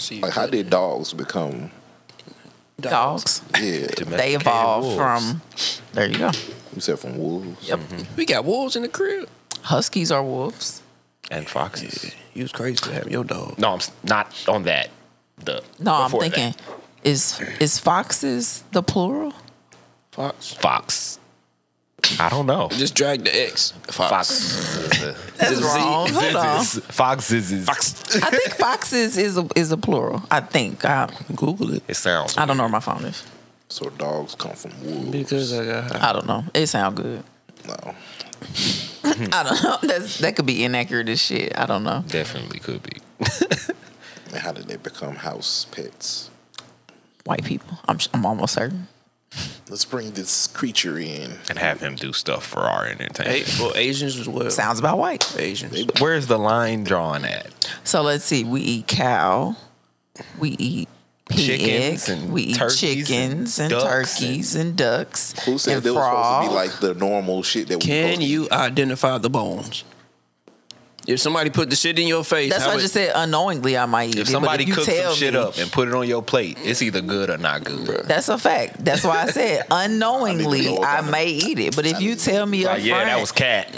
[SPEAKER 4] see.
[SPEAKER 3] Like, how did dogs become?
[SPEAKER 2] Dogs.
[SPEAKER 3] Yeah,
[SPEAKER 2] They
[SPEAKER 1] Domesticated
[SPEAKER 2] evolve
[SPEAKER 1] wolves.
[SPEAKER 2] from. There you go.
[SPEAKER 3] you said from wolves.
[SPEAKER 2] Yep.
[SPEAKER 4] We got wolves in the crib.
[SPEAKER 2] Huskies are wolves.
[SPEAKER 1] and foxes.
[SPEAKER 4] You was crazy to have your dog.
[SPEAKER 1] No, I'm s- not on that. The
[SPEAKER 2] No, I'm
[SPEAKER 1] before that.
[SPEAKER 2] thinking, is is foxes the plural?
[SPEAKER 4] Fox.
[SPEAKER 1] fox. I don't know.
[SPEAKER 4] Just drag the X. Fox. [laughs]
[SPEAKER 1] Fox.
[SPEAKER 2] That's
[SPEAKER 4] Z-
[SPEAKER 2] wrong. Hold on.
[SPEAKER 1] Foxes. Foxes.
[SPEAKER 2] I think foxes is a, is a plural. I think. I,
[SPEAKER 4] Google it.
[SPEAKER 1] It sounds.
[SPEAKER 2] I don't know where my phone is.
[SPEAKER 3] So dogs come from wolves.
[SPEAKER 4] Because I got
[SPEAKER 11] uh,
[SPEAKER 2] I don't know. It sound good.
[SPEAKER 3] no,
[SPEAKER 1] Hmm.
[SPEAKER 2] I don't [laughs] know. That's that could be inaccurate as shit. I don't know.
[SPEAKER 1] Definitely could be.
[SPEAKER 3] and how did they become house pets?
[SPEAKER 2] white people. I'm s- I'm almost certain.
[SPEAKER 3] Let's bring this creature in.
[SPEAKER 6] and have him do stuff for our
[SPEAKER 11] Hey,
[SPEAKER 6] entertainment.
[SPEAKER 11] well, Asians as well.
[SPEAKER 2] Sounds about white.
[SPEAKER 11] Asians.
[SPEAKER 6] Where's the line drawn at?
[SPEAKER 2] So let's see. We eat cow. We eat pig.
[SPEAKER 6] Chickens and
[SPEAKER 2] we eat
[SPEAKER 6] turkeys and
[SPEAKER 2] chickens and,
[SPEAKER 6] ducks
[SPEAKER 2] turkeys and, ducks.
[SPEAKER 3] Who said
[SPEAKER 2] and
[SPEAKER 3] they were supposed to
[SPEAKER 2] frogs.
[SPEAKER 3] be like the normal shit that we supposed
[SPEAKER 11] Can
[SPEAKER 3] to eat?
[SPEAKER 11] you identify the bones? If somebody put the shit in your face,
[SPEAKER 2] That's
[SPEAKER 11] how
[SPEAKER 2] why I
[SPEAKER 11] it-
[SPEAKER 2] just said unknowingly I might eat it.
[SPEAKER 6] If
[SPEAKER 2] but
[SPEAKER 6] somebody
[SPEAKER 2] you
[SPEAKER 6] cooks some
[SPEAKER 2] tell
[SPEAKER 6] shit
[SPEAKER 2] me-
[SPEAKER 6] up and put it on your plate, it's either good or not good.
[SPEAKER 2] That's a fact. That's why I said
[SPEAKER 3] know
[SPEAKER 2] unknowingly
[SPEAKER 3] what
[SPEAKER 2] I
[SPEAKER 3] kind of-
[SPEAKER 2] may eat it. But if you tell me up
[SPEAKER 1] Uh,
[SPEAKER 6] Like, yeah, that
[SPEAKER 2] front,
[SPEAKER 6] was cat.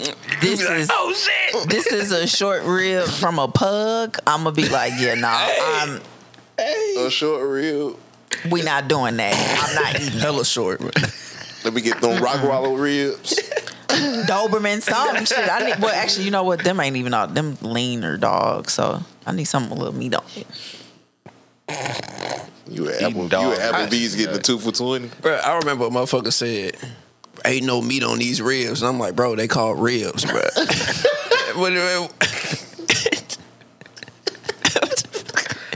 [SPEAKER 2] this is oh shit, this is a short rib from a pug, I'm gonna be like, yeah, nah, I'm,
[SPEAKER 3] A short rib.
[SPEAKER 2] we not doing that. I'm not
[SPEAKER 4] [laughs]
[SPEAKER 11] [laughs]
[SPEAKER 2] eating
[SPEAKER 11] hella short. man.
[SPEAKER 3] Let me get them rock wallow ribs.
[SPEAKER 2] Doberman,
[SPEAKER 6] [laughs]
[SPEAKER 2] some shit. I need. Well, actually, you know what? Them ain't even all them leaner dogs. So I need something with a little meat on it.
[SPEAKER 3] You at Apple, you at
[SPEAKER 6] dog.
[SPEAKER 3] Applebee's getting the two for twenty.
[SPEAKER 11] bro, I remember a motherfucker said, "Ain't no meat on these ribs," and I'm like, "Bro, they called ribs, bro." [laughs] What do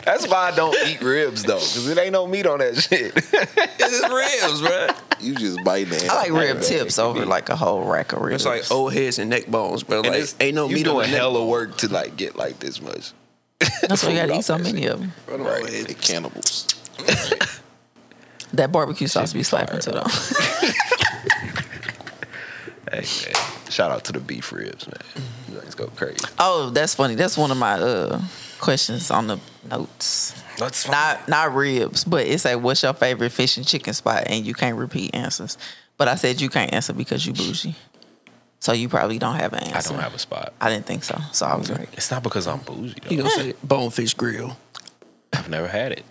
[SPEAKER 6] That's why I don't eat ribs though, because it ain't no meat on that [laughs] shit.
[SPEAKER 11] it's ribs, bro.
[SPEAKER 3] You just biting
[SPEAKER 2] I
[SPEAKER 3] the
[SPEAKER 2] like
[SPEAKER 3] animal,
[SPEAKER 2] rib
[SPEAKER 3] man.
[SPEAKER 2] tips over like a whole rack of ribs.
[SPEAKER 11] It's like old heads and neck bones, bro.
[SPEAKER 6] And
[SPEAKER 11] Like,
[SPEAKER 6] it's-
[SPEAKER 11] ain't no
[SPEAKER 6] you
[SPEAKER 11] meat on
[SPEAKER 6] doing
[SPEAKER 11] the neck.
[SPEAKER 6] hella work to like get like this much.
[SPEAKER 2] That's why you
[SPEAKER 6] [laughs]
[SPEAKER 2] gotta eat so many of them.
[SPEAKER 11] bro, them old heads.
[SPEAKER 3] They cannibals.
[SPEAKER 2] That barbecue sauce be slapping too though.
[SPEAKER 6] Hey man, shout out to the beef ribs, man. You guys go crazy.
[SPEAKER 2] [laughs] Oh, that's funny. That's one of my uh questions on the notes.
[SPEAKER 6] That's
[SPEAKER 2] Not not ribs, but it's like what's your favorite fish and chicken spot? And you can't repeat answers. But I said you can't answer because you bougie. So you probably don't have an
[SPEAKER 6] I
[SPEAKER 2] answer.
[SPEAKER 6] don't have a spot.
[SPEAKER 2] I didn't think so. So I was right.
[SPEAKER 6] It's not because I'm bougie
[SPEAKER 11] You
[SPEAKER 6] though.
[SPEAKER 11] gonna say bonefish grill?
[SPEAKER 6] I've never had it.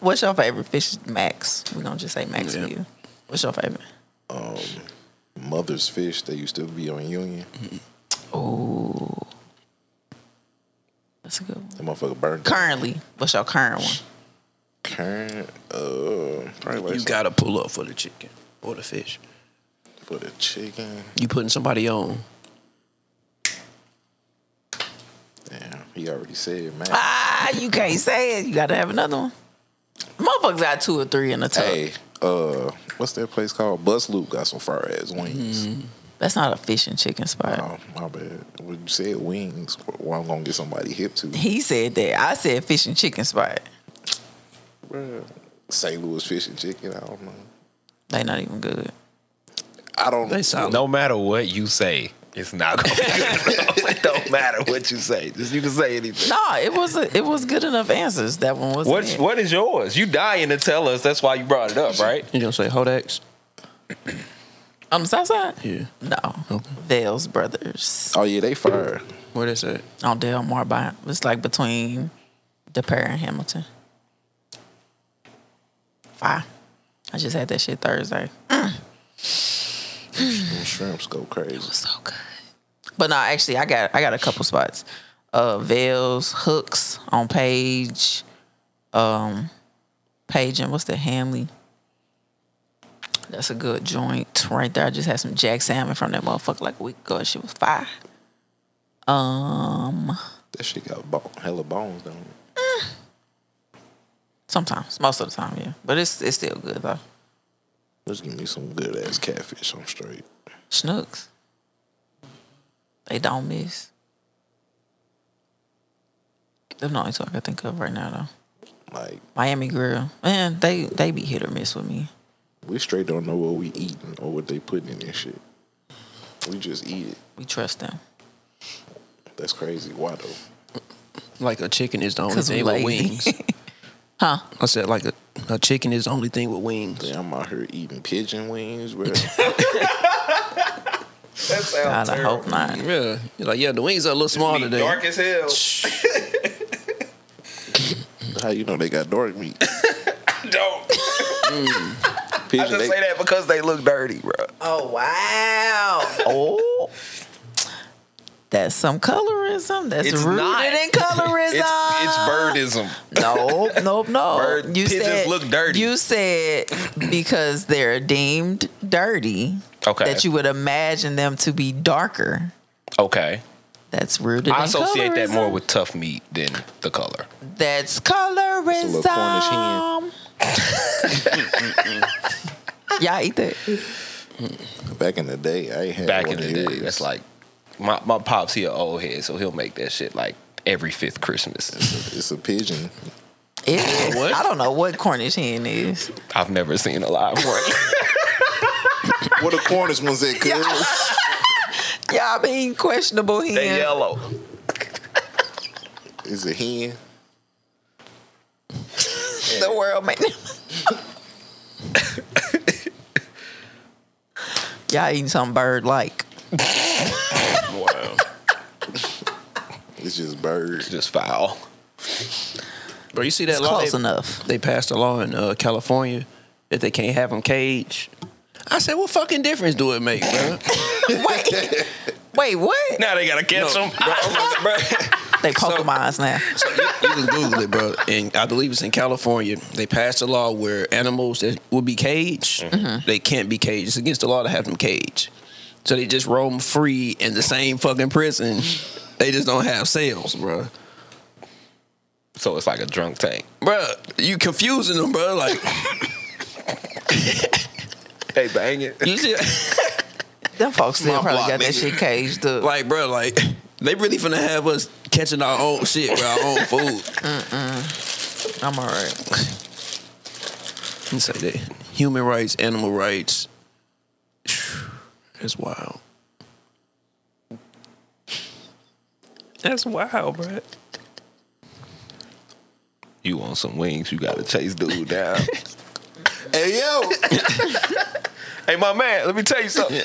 [SPEAKER 2] What's your favorite fish, Max? We're gonna just say Max for you. What's your favorite?
[SPEAKER 3] Mother's fish. They used to be on Union.
[SPEAKER 2] Oh, that's a good one.
[SPEAKER 3] That motherfucker burned.
[SPEAKER 2] Currently, what's your current one?
[SPEAKER 3] Current. Uh, probably like
[SPEAKER 11] You
[SPEAKER 3] some-
[SPEAKER 11] gotta pull up for the chicken or the fish.
[SPEAKER 3] for the chicken.
[SPEAKER 11] You putting somebody on.
[SPEAKER 3] Damn, he already said, man.
[SPEAKER 2] Ah, you can't say it. You gotta have another one. Motherfuckers got two or three in the tub.
[SPEAKER 3] Hey, uh, what's that place called? Bus Loop got some fire ass wings.
[SPEAKER 2] That's not a fish and chicken spot.
[SPEAKER 3] Oh, my bad. When you said wings, well, I'm gonna get somebody hip to.
[SPEAKER 2] He said that. I said fish and chicken spot.
[SPEAKER 3] Bruh. St. Louis fish and chicken. I don't know.
[SPEAKER 2] They not even good.
[SPEAKER 3] I don't.
[SPEAKER 11] They solid.
[SPEAKER 6] No matter what you say, it's not gonna be good enough. [laughs] It don't matter what you say. Just you can say anything.
[SPEAKER 2] No, it was a, it was good enough answers. That one was.
[SPEAKER 6] What's what is yours? You dying to tell us. That's why you brought it up, right?
[SPEAKER 11] You gonna say Hodax?
[SPEAKER 2] on the south side?
[SPEAKER 11] Yeah.
[SPEAKER 2] No, Vales Brothers
[SPEAKER 3] Oh yeah, they fire.
[SPEAKER 11] Where is that?
[SPEAKER 2] on Delmar by it's like between DePere and Hamilton. Fire. I just had that shit Thursday.
[SPEAKER 3] Them shrimps go crazy.
[SPEAKER 2] so good. But no, actually, I got I got a couple spots. Uh, Vales hooks on page, um, page and what's the Hamley? That's a good joint right there. I just had some jack salmon from that motherfucker like a week ago. She was fire. Um,
[SPEAKER 3] That shit got bo- hella bones, don't it?
[SPEAKER 2] sometimes, most of the time, yeah. But it's it's still good though.
[SPEAKER 3] Let's give me some good ass catfish. I'm straight.
[SPEAKER 2] Snooks, they don't miss. Them the only two I can think of right now though.
[SPEAKER 3] Like
[SPEAKER 2] Miami Grill. Man, they they be hit or miss with me.
[SPEAKER 3] we straight don't know what we eating or what they putting in this shit. We just eat it.
[SPEAKER 2] We trust them
[SPEAKER 3] That's crazy. Why though?
[SPEAKER 11] Like a chicken is the only
[SPEAKER 2] because we
[SPEAKER 11] thing with
[SPEAKER 2] lazy.
[SPEAKER 11] wings. I said like a, a chicken is the only thing with wings.
[SPEAKER 3] Damn, I'm out here eating pigeon wings. Bro.
[SPEAKER 2] [laughs] God, I hope not.
[SPEAKER 11] Yeah. You're like, yeah, the wings are a little smaller today.
[SPEAKER 9] Dark as hell.
[SPEAKER 3] How you know they got
[SPEAKER 9] [laughs]
[SPEAKER 3] dark meat? Mm.
[SPEAKER 9] Don't. [laughs] I
[SPEAKER 3] Pigeon.
[SPEAKER 9] just say
[SPEAKER 3] They,
[SPEAKER 9] that because they look dirty, bro.
[SPEAKER 2] Oh wow! oh, that's some colorism. That's
[SPEAKER 6] [laughs] It's
[SPEAKER 2] rooted
[SPEAKER 6] not.
[SPEAKER 2] in colorism.
[SPEAKER 6] It's it's birdism.
[SPEAKER 2] Nope, nope, no.
[SPEAKER 6] [laughs] Bird- pigeons look dirty.
[SPEAKER 2] You said because they're deemed dirty
[SPEAKER 6] Okay.
[SPEAKER 2] that you would imagine them to be darker.
[SPEAKER 6] Okay.
[SPEAKER 2] That's rooted.
[SPEAKER 6] I
[SPEAKER 2] in
[SPEAKER 6] associate that
[SPEAKER 2] colorism.
[SPEAKER 6] more with tough meat than the color.
[SPEAKER 2] That's um.
[SPEAKER 3] little Cornish hen.
[SPEAKER 2] colorism. Y'all eat that?
[SPEAKER 3] Back in the day, I had
[SPEAKER 6] Back
[SPEAKER 3] one
[SPEAKER 6] in the
[SPEAKER 3] of
[SPEAKER 6] day,
[SPEAKER 3] yours.
[SPEAKER 6] that's like my my pops. He an old head, so he'll make that shit like every fifth Christmas. [laughs]
[SPEAKER 3] it's a pigeon.
[SPEAKER 2] It- I don't know what Cornish hen is.
[SPEAKER 6] I've never seen a live [laughs] one.
[SPEAKER 3] What the corners ones that [laughs] cuz?
[SPEAKER 2] Y'all being questionable hen.
[SPEAKER 6] They yellow.
[SPEAKER 3] Is a hen?
[SPEAKER 2] The world made them. Y'all eating something bird like.
[SPEAKER 4] Wow.
[SPEAKER 3] It's just birds.
[SPEAKER 6] Just foul.
[SPEAKER 4] Bro, you see that
[SPEAKER 2] It's
[SPEAKER 4] law?
[SPEAKER 2] close
[SPEAKER 4] they,
[SPEAKER 2] enough.
[SPEAKER 4] they passed a law in uh, California that they can't have them caged. I said, what fucking difference do it make, bro?
[SPEAKER 2] Wait. Wait, what?
[SPEAKER 6] Now they gotta catch them.
[SPEAKER 2] [laughs] They Pokemons now.
[SPEAKER 4] So you, you can Google it, bro. And I believe it's in California. They passed a law where animals that would be caged, they can't be caged. It's against the law to have them caged. So they just roam free in the same fucking prison. They just don't have cells, bro.
[SPEAKER 6] So it's like a drunk tank.
[SPEAKER 4] Bro, you confusing them, bro. Like
[SPEAKER 6] Hey, bang it.
[SPEAKER 4] you see, [laughs]
[SPEAKER 2] Them folks still
[SPEAKER 3] My
[SPEAKER 2] probably
[SPEAKER 3] block,
[SPEAKER 2] got that
[SPEAKER 3] nigga.
[SPEAKER 2] shit caged up.
[SPEAKER 4] like bro, like they really finna have us catching our own shit, bro, our own food.
[SPEAKER 2] I'm alright.
[SPEAKER 4] You say that human rights, animal rights. That's wild. That's wild, bro.
[SPEAKER 6] [laughs] You want some wings? You gotta chase dude [laughs] down.
[SPEAKER 3] Hey
[SPEAKER 6] [laughs]
[SPEAKER 3] yo,
[SPEAKER 6] hey, my man, let me tell you something.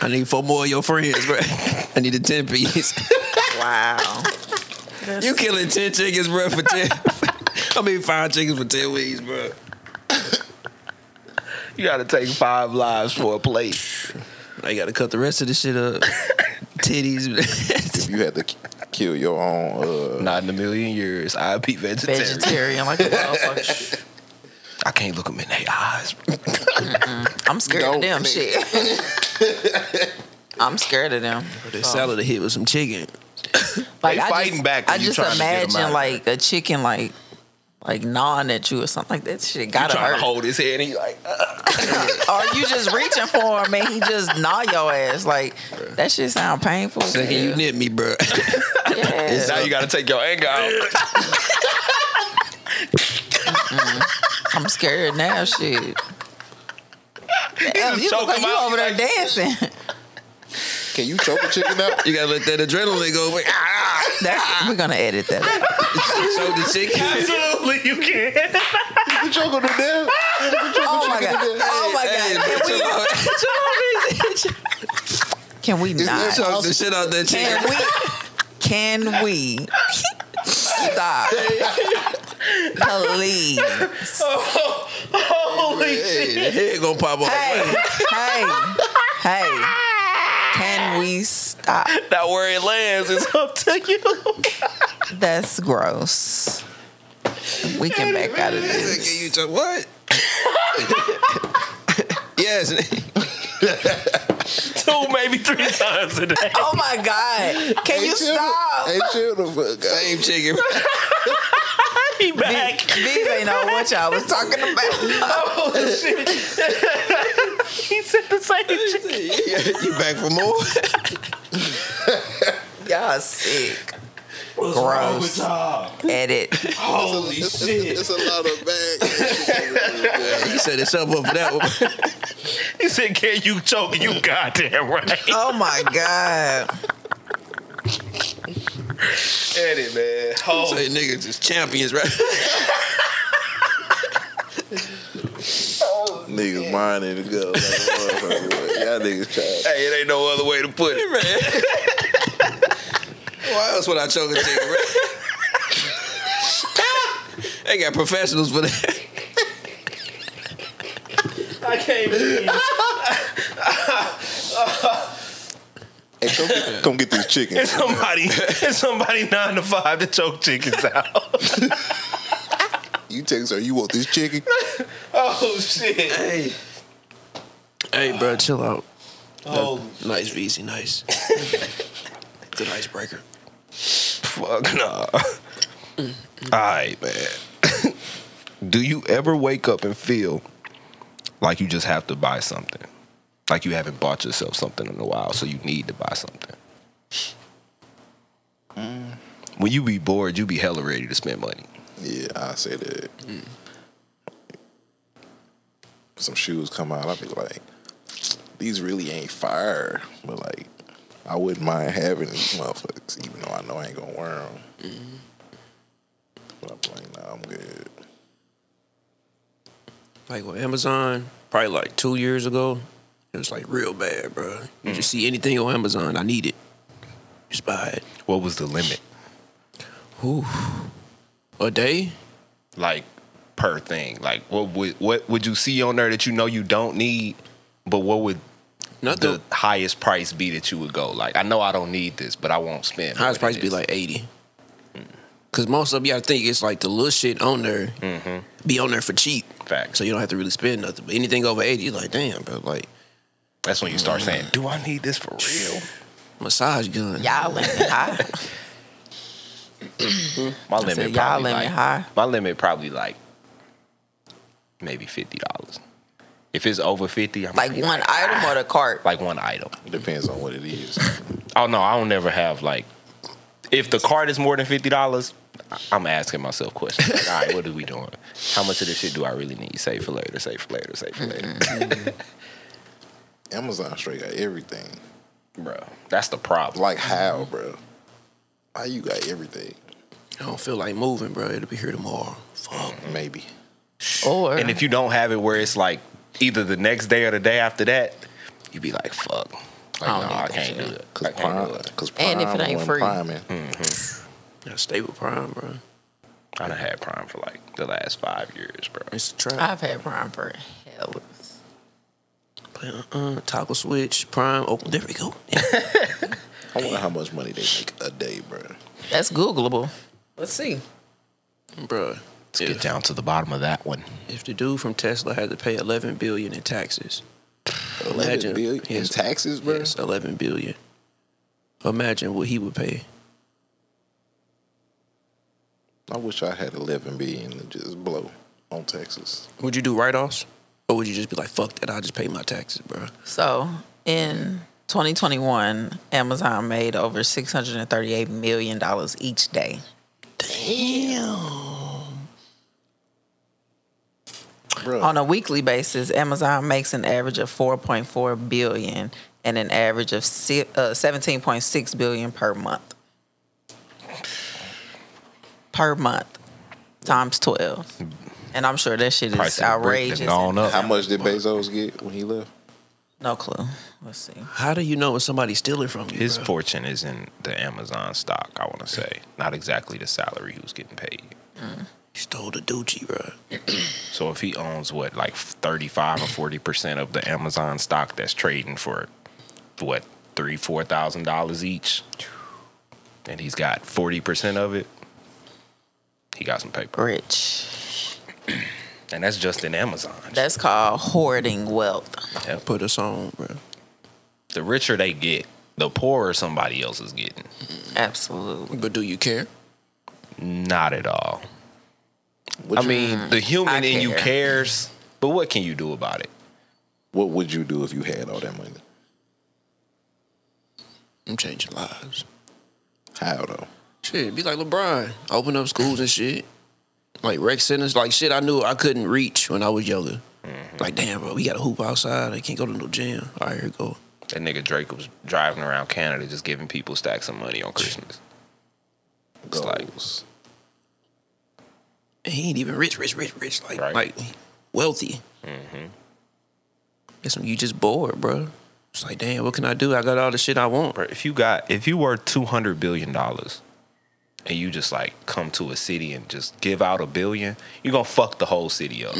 [SPEAKER 4] I need four more of your friends, bro. I need a ten piece.
[SPEAKER 2] Wow.
[SPEAKER 4] you killing ten chickens, bro, for ten. I mean, five chickens for ten weeks, bro.
[SPEAKER 6] You gotta take five lives for a plate.
[SPEAKER 4] I got to cut the rest of this shit up. Titties.
[SPEAKER 3] you had to k- kill your own. Uh,
[SPEAKER 6] Not in a million years. I'd be vegetarian.
[SPEAKER 2] Vegetarian like a
[SPEAKER 6] [laughs]
[SPEAKER 2] motherfucker.
[SPEAKER 6] I can't look them in their eyes.
[SPEAKER 2] I'm scared
[SPEAKER 3] Don't,
[SPEAKER 2] of them
[SPEAKER 3] nigga.
[SPEAKER 2] shit. I'm scared of them.
[SPEAKER 4] the salad hit with some chicken.
[SPEAKER 2] Like
[SPEAKER 6] They
[SPEAKER 2] I
[SPEAKER 6] fighting
[SPEAKER 2] just,
[SPEAKER 6] back when
[SPEAKER 2] I
[SPEAKER 6] you
[SPEAKER 2] just
[SPEAKER 6] trying to get 'em out
[SPEAKER 2] imagine
[SPEAKER 6] of
[SPEAKER 2] like a chicken like like gnawing at you or something like that. Shit
[SPEAKER 6] You
[SPEAKER 2] gotta
[SPEAKER 6] trying
[SPEAKER 2] hurt.
[SPEAKER 6] to hold his head and you like, uh,
[SPEAKER 2] or you just reaching for him and he just gnaw your ass. Like that shit sound painful. as
[SPEAKER 4] Second, you
[SPEAKER 2] hell.
[SPEAKER 4] nip me, bro.
[SPEAKER 2] Yeah.
[SPEAKER 6] now you gotta take your anger [laughs] out.
[SPEAKER 2] I'm scared now. Shit. Damn, you look
[SPEAKER 6] choke
[SPEAKER 2] like
[SPEAKER 6] him
[SPEAKER 2] you
[SPEAKER 6] out,
[SPEAKER 2] over there
[SPEAKER 6] like-
[SPEAKER 2] dancing. [laughs]
[SPEAKER 3] can you choke a chicken out? [laughs]
[SPEAKER 4] You gotta let that adrenaline go. Wait, ah,
[SPEAKER 2] That's, we're gonna edit
[SPEAKER 6] [laughs]
[SPEAKER 2] that. out.
[SPEAKER 4] so the chicken.
[SPEAKER 6] Absolutely, you can.
[SPEAKER 3] You can choke them to death. You can choke
[SPEAKER 2] Oh
[SPEAKER 3] a
[SPEAKER 2] my
[SPEAKER 3] chicken
[SPEAKER 2] god.
[SPEAKER 3] to death.
[SPEAKER 2] Oh my
[SPEAKER 4] Hey,
[SPEAKER 2] god.
[SPEAKER 4] bro, chill out.
[SPEAKER 2] Can we not?
[SPEAKER 4] Choke the shit out that chicken.
[SPEAKER 2] Can we? Can we stop? Please.
[SPEAKER 4] Hey, the head gonna pop off.
[SPEAKER 2] Hey, hey, hey. Can we stop?
[SPEAKER 6] Now where it lands is up to you.
[SPEAKER 2] That's gross. We can back out of this.
[SPEAKER 4] Can you talk,
[SPEAKER 6] [laughs]
[SPEAKER 4] what? yes.
[SPEAKER 6] [laughs] Two, maybe three times a day.
[SPEAKER 2] Oh my God. Can
[SPEAKER 3] Hey,
[SPEAKER 2] you
[SPEAKER 3] chill the-
[SPEAKER 2] stop?
[SPEAKER 3] Hey, chill the fuck out.
[SPEAKER 4] Same chicken.
[SPEAKER 6] He back.
[SPEAKER 2] These ain't know what y'all was talking about.
[SPEAKER 6] He said the same shit.
[SPEAKER 4] you back for
[SPEAKER 1] [laughs]
[SPEAKER 4] more?
[SPEAKER 2] Y'all sick. Gross. Edit.
[SPEAKER 3] Holy shit! It's a lot of bag.
[SPEAKER 4] you set yourself up for that one.
[SPEAKER 6] He said, "Can you choke? You goddamn right."
[SPEAKER 2] Oh my God.
[SPEAKER 6] Edit, man. Oh,
[SPEAKER 4] Say niggas is champions, right?
[SPEAKER 3] Niggas minding to go. Like, motherfucker, y'all niggas try.
[SPEAKER 6] hey, it ain't no other way to put it.
[SPEAKER 4] Why else would I choke a chicken, right? they got professionals for that.
[SPEAKER 9] I can't believe
[SPEAKER 3] Hey, come get, come get this chicken.
[SPEAKER 6] It's
[SPEAKER 1] [laughs]
[SPEAKER 6] somebody, it's somebody nine to five to choke chickens out.
[SPEAKER 3] You text her. You want this chicken?
[SPEAKER 6] oh shit.
[SPEAKER 4] Hey. Hey, bro, chill out. Oh. Nice, easy, nice. Good icebreaker. Mm-hmm.
[SPEAKER 6] Fuck no. All right, man.
[SPEAKER 1] [coughs] Do you ever wake up and feel like you just have to buy something? Like you haven't bought yourself something in a while, so you need to buy something.
[SPEAKER 4] Mm.
[SPEAKER 1] When you be bored, you be hella ready to spend money.
[SPEAKER 3] Yeah, I say that. Some shoes come out, I'll be like, these really ain't fire, but like, I wouldn't mind having these motherfuckers, even though I know I ain't gonna wear them. But I'm like, nah, I'm good.
[SPEAKER 4] like with Amazon, probably like two years ago, it was like real bad, bro. You just see anything on Amazon, I need it. Just buy it.
[SPEAKER 1] What was the limit?
[SPEAKER 4] Ooh. A day?
[SPEAKER 1] Like per thing. Like what would what would you see on there that you know you don't need, but what would
[SPEAKER 4] Nothing.
[SPEAKER 1] the highest price be that you would go? Like I know I don't need this, but I won't spend.
[SPEAKER 4] highest
[SPEAKER 1] what
[SPEAKER 4] price
[SPEAKER 1] it
[SPEAKER 4] be
[SPEAKER 1] is.
[SPEAKER 4] like 80. Cause most of y'all think it's like the little shit on there be on there for cheap.
[SPEAKER 1] Facts.
[SPEAKER 4] So you don't have to really spend nothing. But anything over 80, you're like, damn, bro, like
[SPEAKER 1] That's when you start saying, "Do I need this for real?"
[SPEAKER 4] massage gun.
[SPEAKER 2] Y'all went high.
[SPEAKER 1] My
[SPEAKER 2] I said,
[SPEAKER 1] limit
[SPEAKER 2] y'all
[SPEAKER 1] probably
[SPEAKER 2] limit
[SPEAKER 1] like
[SPEAKER 2] high.
[SPEAKER 1] my limit probably like maybe fifty dollars. If it's over fifty, I'm
[SPEAKER 2] Like
[SPEAKER 1] gonna be
[SPEAKER 2] one item or the cart.
[SPEAKER 1] like one item.
[SPEAKER 3] It depends on what it is.
[SPEAKER 1] Oh no, I don't never have like. If the card is more than fifty dollars, I'm asking myself questions. Like, all right, what are we doing? How much of this shit do I really need? Save for later. Save for later. Save for later.
[SPEAKER 2] Mm-hmm.
[SPEAKER 3] Amazon straight got everything.
[SPEAKER 1] bro,
[SPEAKER 4] Mm.
[SPEAKER 1] that's the problem.
[SPEAKER 3] Like, how, bro? How you got everything?
[SPEAKER 4] I don't feel like moving, bro. It'll be here tomorrow. Fuck.
[SPEAKER 3] Maybe.
[SPEAKER 2] Or
[SPEAKER 1] And if you don't have it where it's like either the next day or the day after that, you be like, fuck. Like, no,
[SPEAKER 2] I don't need
[SPEAKER 1] I
[SPEAKER 2] that
[SPEAKER 1] can't
[SPEAKER 2] shit.
[SPEAKER 1] do it. I
[SPEAKER 3] Cause
[SPEAKER 1] can't
[SPEAKER 3] prime,
[SPEAKER 1] do it.
[SPEAKER 3] cause prime
[SPEAKER 2] And if it ain't
[SPEAKER 3] wasn't
[SPEAKER 2] free.
[SPEAKER 3] priming.
[SPEAKER 2] Hmm.
[SPEAKER 4] Gotta stay with prime, bro.
[SPEAKER 1] I done had prime for like the last five years, bro.
[SPEAKER 4] It's a trap.
[SPEAKER 2] I've had prime for hell.
[SPEAKER 4] Uh, uh, toggle switch, prime. Oh, there we go.
[SPEAKER 3] I wonder how much money they make a day, bro.
[SPEAKER 2] That's Googleable. Let's see.
[SPEAKER 4] Bruh.
[SPEAKER 1] Get down to the bottom of that one.
[SPEAKER 4] If the dude from Tesla had to pay 11 billion in taxes,
[SPEAKER 3] Eleven
[SPEAKER 4] Imagine-
[SPEAKER 3] billion in
[SPEAKER 4] yes.
[SPEAKER 3] taxes, bro.
[SPEAKER 4] yes, 11 billion. Imagine what he would pay.
[SPEAKER 3] I wish I had eleven billion to just blow on taxes.
[SPEAKER 4] Would you do write-offs, or would you just be like, "Fuck that, I'll just pay my taxes, bro"?
[SPEAKER 2] So in 2021, Amazon made over 638 million dollars each day.
[SPEAKER 3] Bro,
[SPEAKER 2] On a weekly basis, Amazon makes an average of 4.4 billion and an average of si- uh, 17.6 billion per month. Per month, times 12. And I'm sure that shit is
[SPEAKER 1] Price of the brick done
[SPEAKER 2] outrageous.
[SPEAKER 1] gone up.
[SPEAKER 3] how much did Bezos get when he left?
[SPEAKER 2] No clue. Let's see.
[SPEAKER 4] How do you know when somebody's stealing from you?
[SPEAKER 1] His
[SPEAKER 4] bruh?
[SPEAKER 1] fortune is in the Amazon stock, I want to say. Not exactly the salary he was getting paid.
[SPEAKER 4] He stole the Gucci, bro.
[SPEAKER 1] So if he owns what, like 35 or 40% of the Amazon stock that's trading for what, three, four thousand dollars each, and he's got 40% of it, he got some paper.
[SPEAKER 2] Rich.
[SPEAKER 1] And that's just in Amazon.
[SPEAKER 2] That's called hoarding wealth.
[SPEAKER 1] Yep.
[SPEAKER 4] Put us on, bro.
[SPEAKER 1] The richer they get, the poorer somebody else is getting.
[SPEAKER 2] Absolutely.
[SPEAKER 4] But do you care?
[SPEAKER 1] Not at all.
[SPEAKER 3] What
[SPEAKER 1] I
[SPEAKER 3] you-
[SPEAKER 1] mean, the human
[SPEAKER 2] I
[SPEAKER 1] in you
[SPEAKER 2] care.
[SPEAKER 1] cares, but what can you do about it?
[SPEAKER 3] what would you do if you had all that money?
[SPEAKER 4] I'm changing lives.
[SPEAKER 3] How though?
[SPEAKER 4] Shit, be like LeBron. Open up schools and shit. Like rec centers, like shit I knew I couldn't reach when I was younger. Like, damn, bro, we got a hoop outside. I can't go to no gym. All right, here we go.
[SPEAKER 1] That nigga Drake was driving around Canada just giving people stacks of money on Christmas. It's like,
[SPEAKER 3] Goals.
[SPEAKER 4] And he ain't even rich, rich, rich, rich. Like,
[SPEAKER 1] Right.
[SPEAKER 4] like wealthy. Mm-hmm. It's when you just bored, bro. It's like, damn, what can I do? I got all the shit I want.
[SPEAKER 1] bro, if you got, if you were two hundred billion dollars, and you just like come to a city and just give out a billion, you're gonna fuck the whole city up.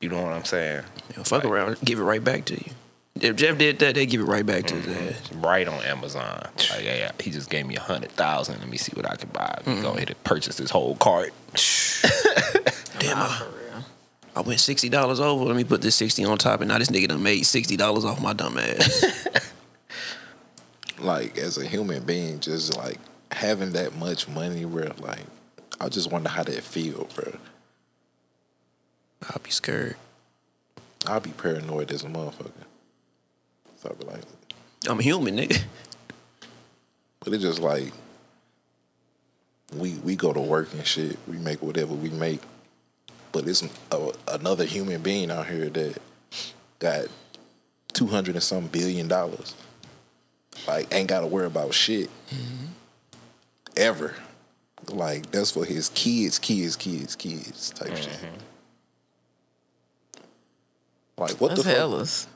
[SPEAKER 1] You know what I'm saying?
[SPEAKER 4] You know, fuck around, give it right back to you. If Jeff did that, they give it right back to his ass.
[SPEAKER 1] Right on Amazon, like, yeah, he just gave me a hundred thousand. Let me see what I can buy. We Go ahead and purchase this whole cart.
[SPEAKER 4] Damn, I, I went sixty dollars over. Let me put this sixty on top, and now this nigga done made sixty dollars off my
[SPEAKER 3] [laughs]
[SPEAKER 4] dumb ass.
[SPEAKER 3] Like as a human being, just like having that much money, bro. Like I just wonder how that feel, bro.
[SPEAKER 4] I'll be scared.
[SPEAKER 3] I'll be paranoid as a motherfucker. So I'll be like,
[SPEAKER 4] I'm human, nigga.
[SPEAKER 3] but it's just like we we go to work and shit. We make whatever we make, but it's a, another human being out here that got two hundred and some billion dollars. Like ain't got to worry about shit ever. Like that's for his kids, kids, kids, kids type shit. Like what
[SPEAKER 2] That's
[SPEAKER 3] the fuck?
[SPEAKER 2] hellas.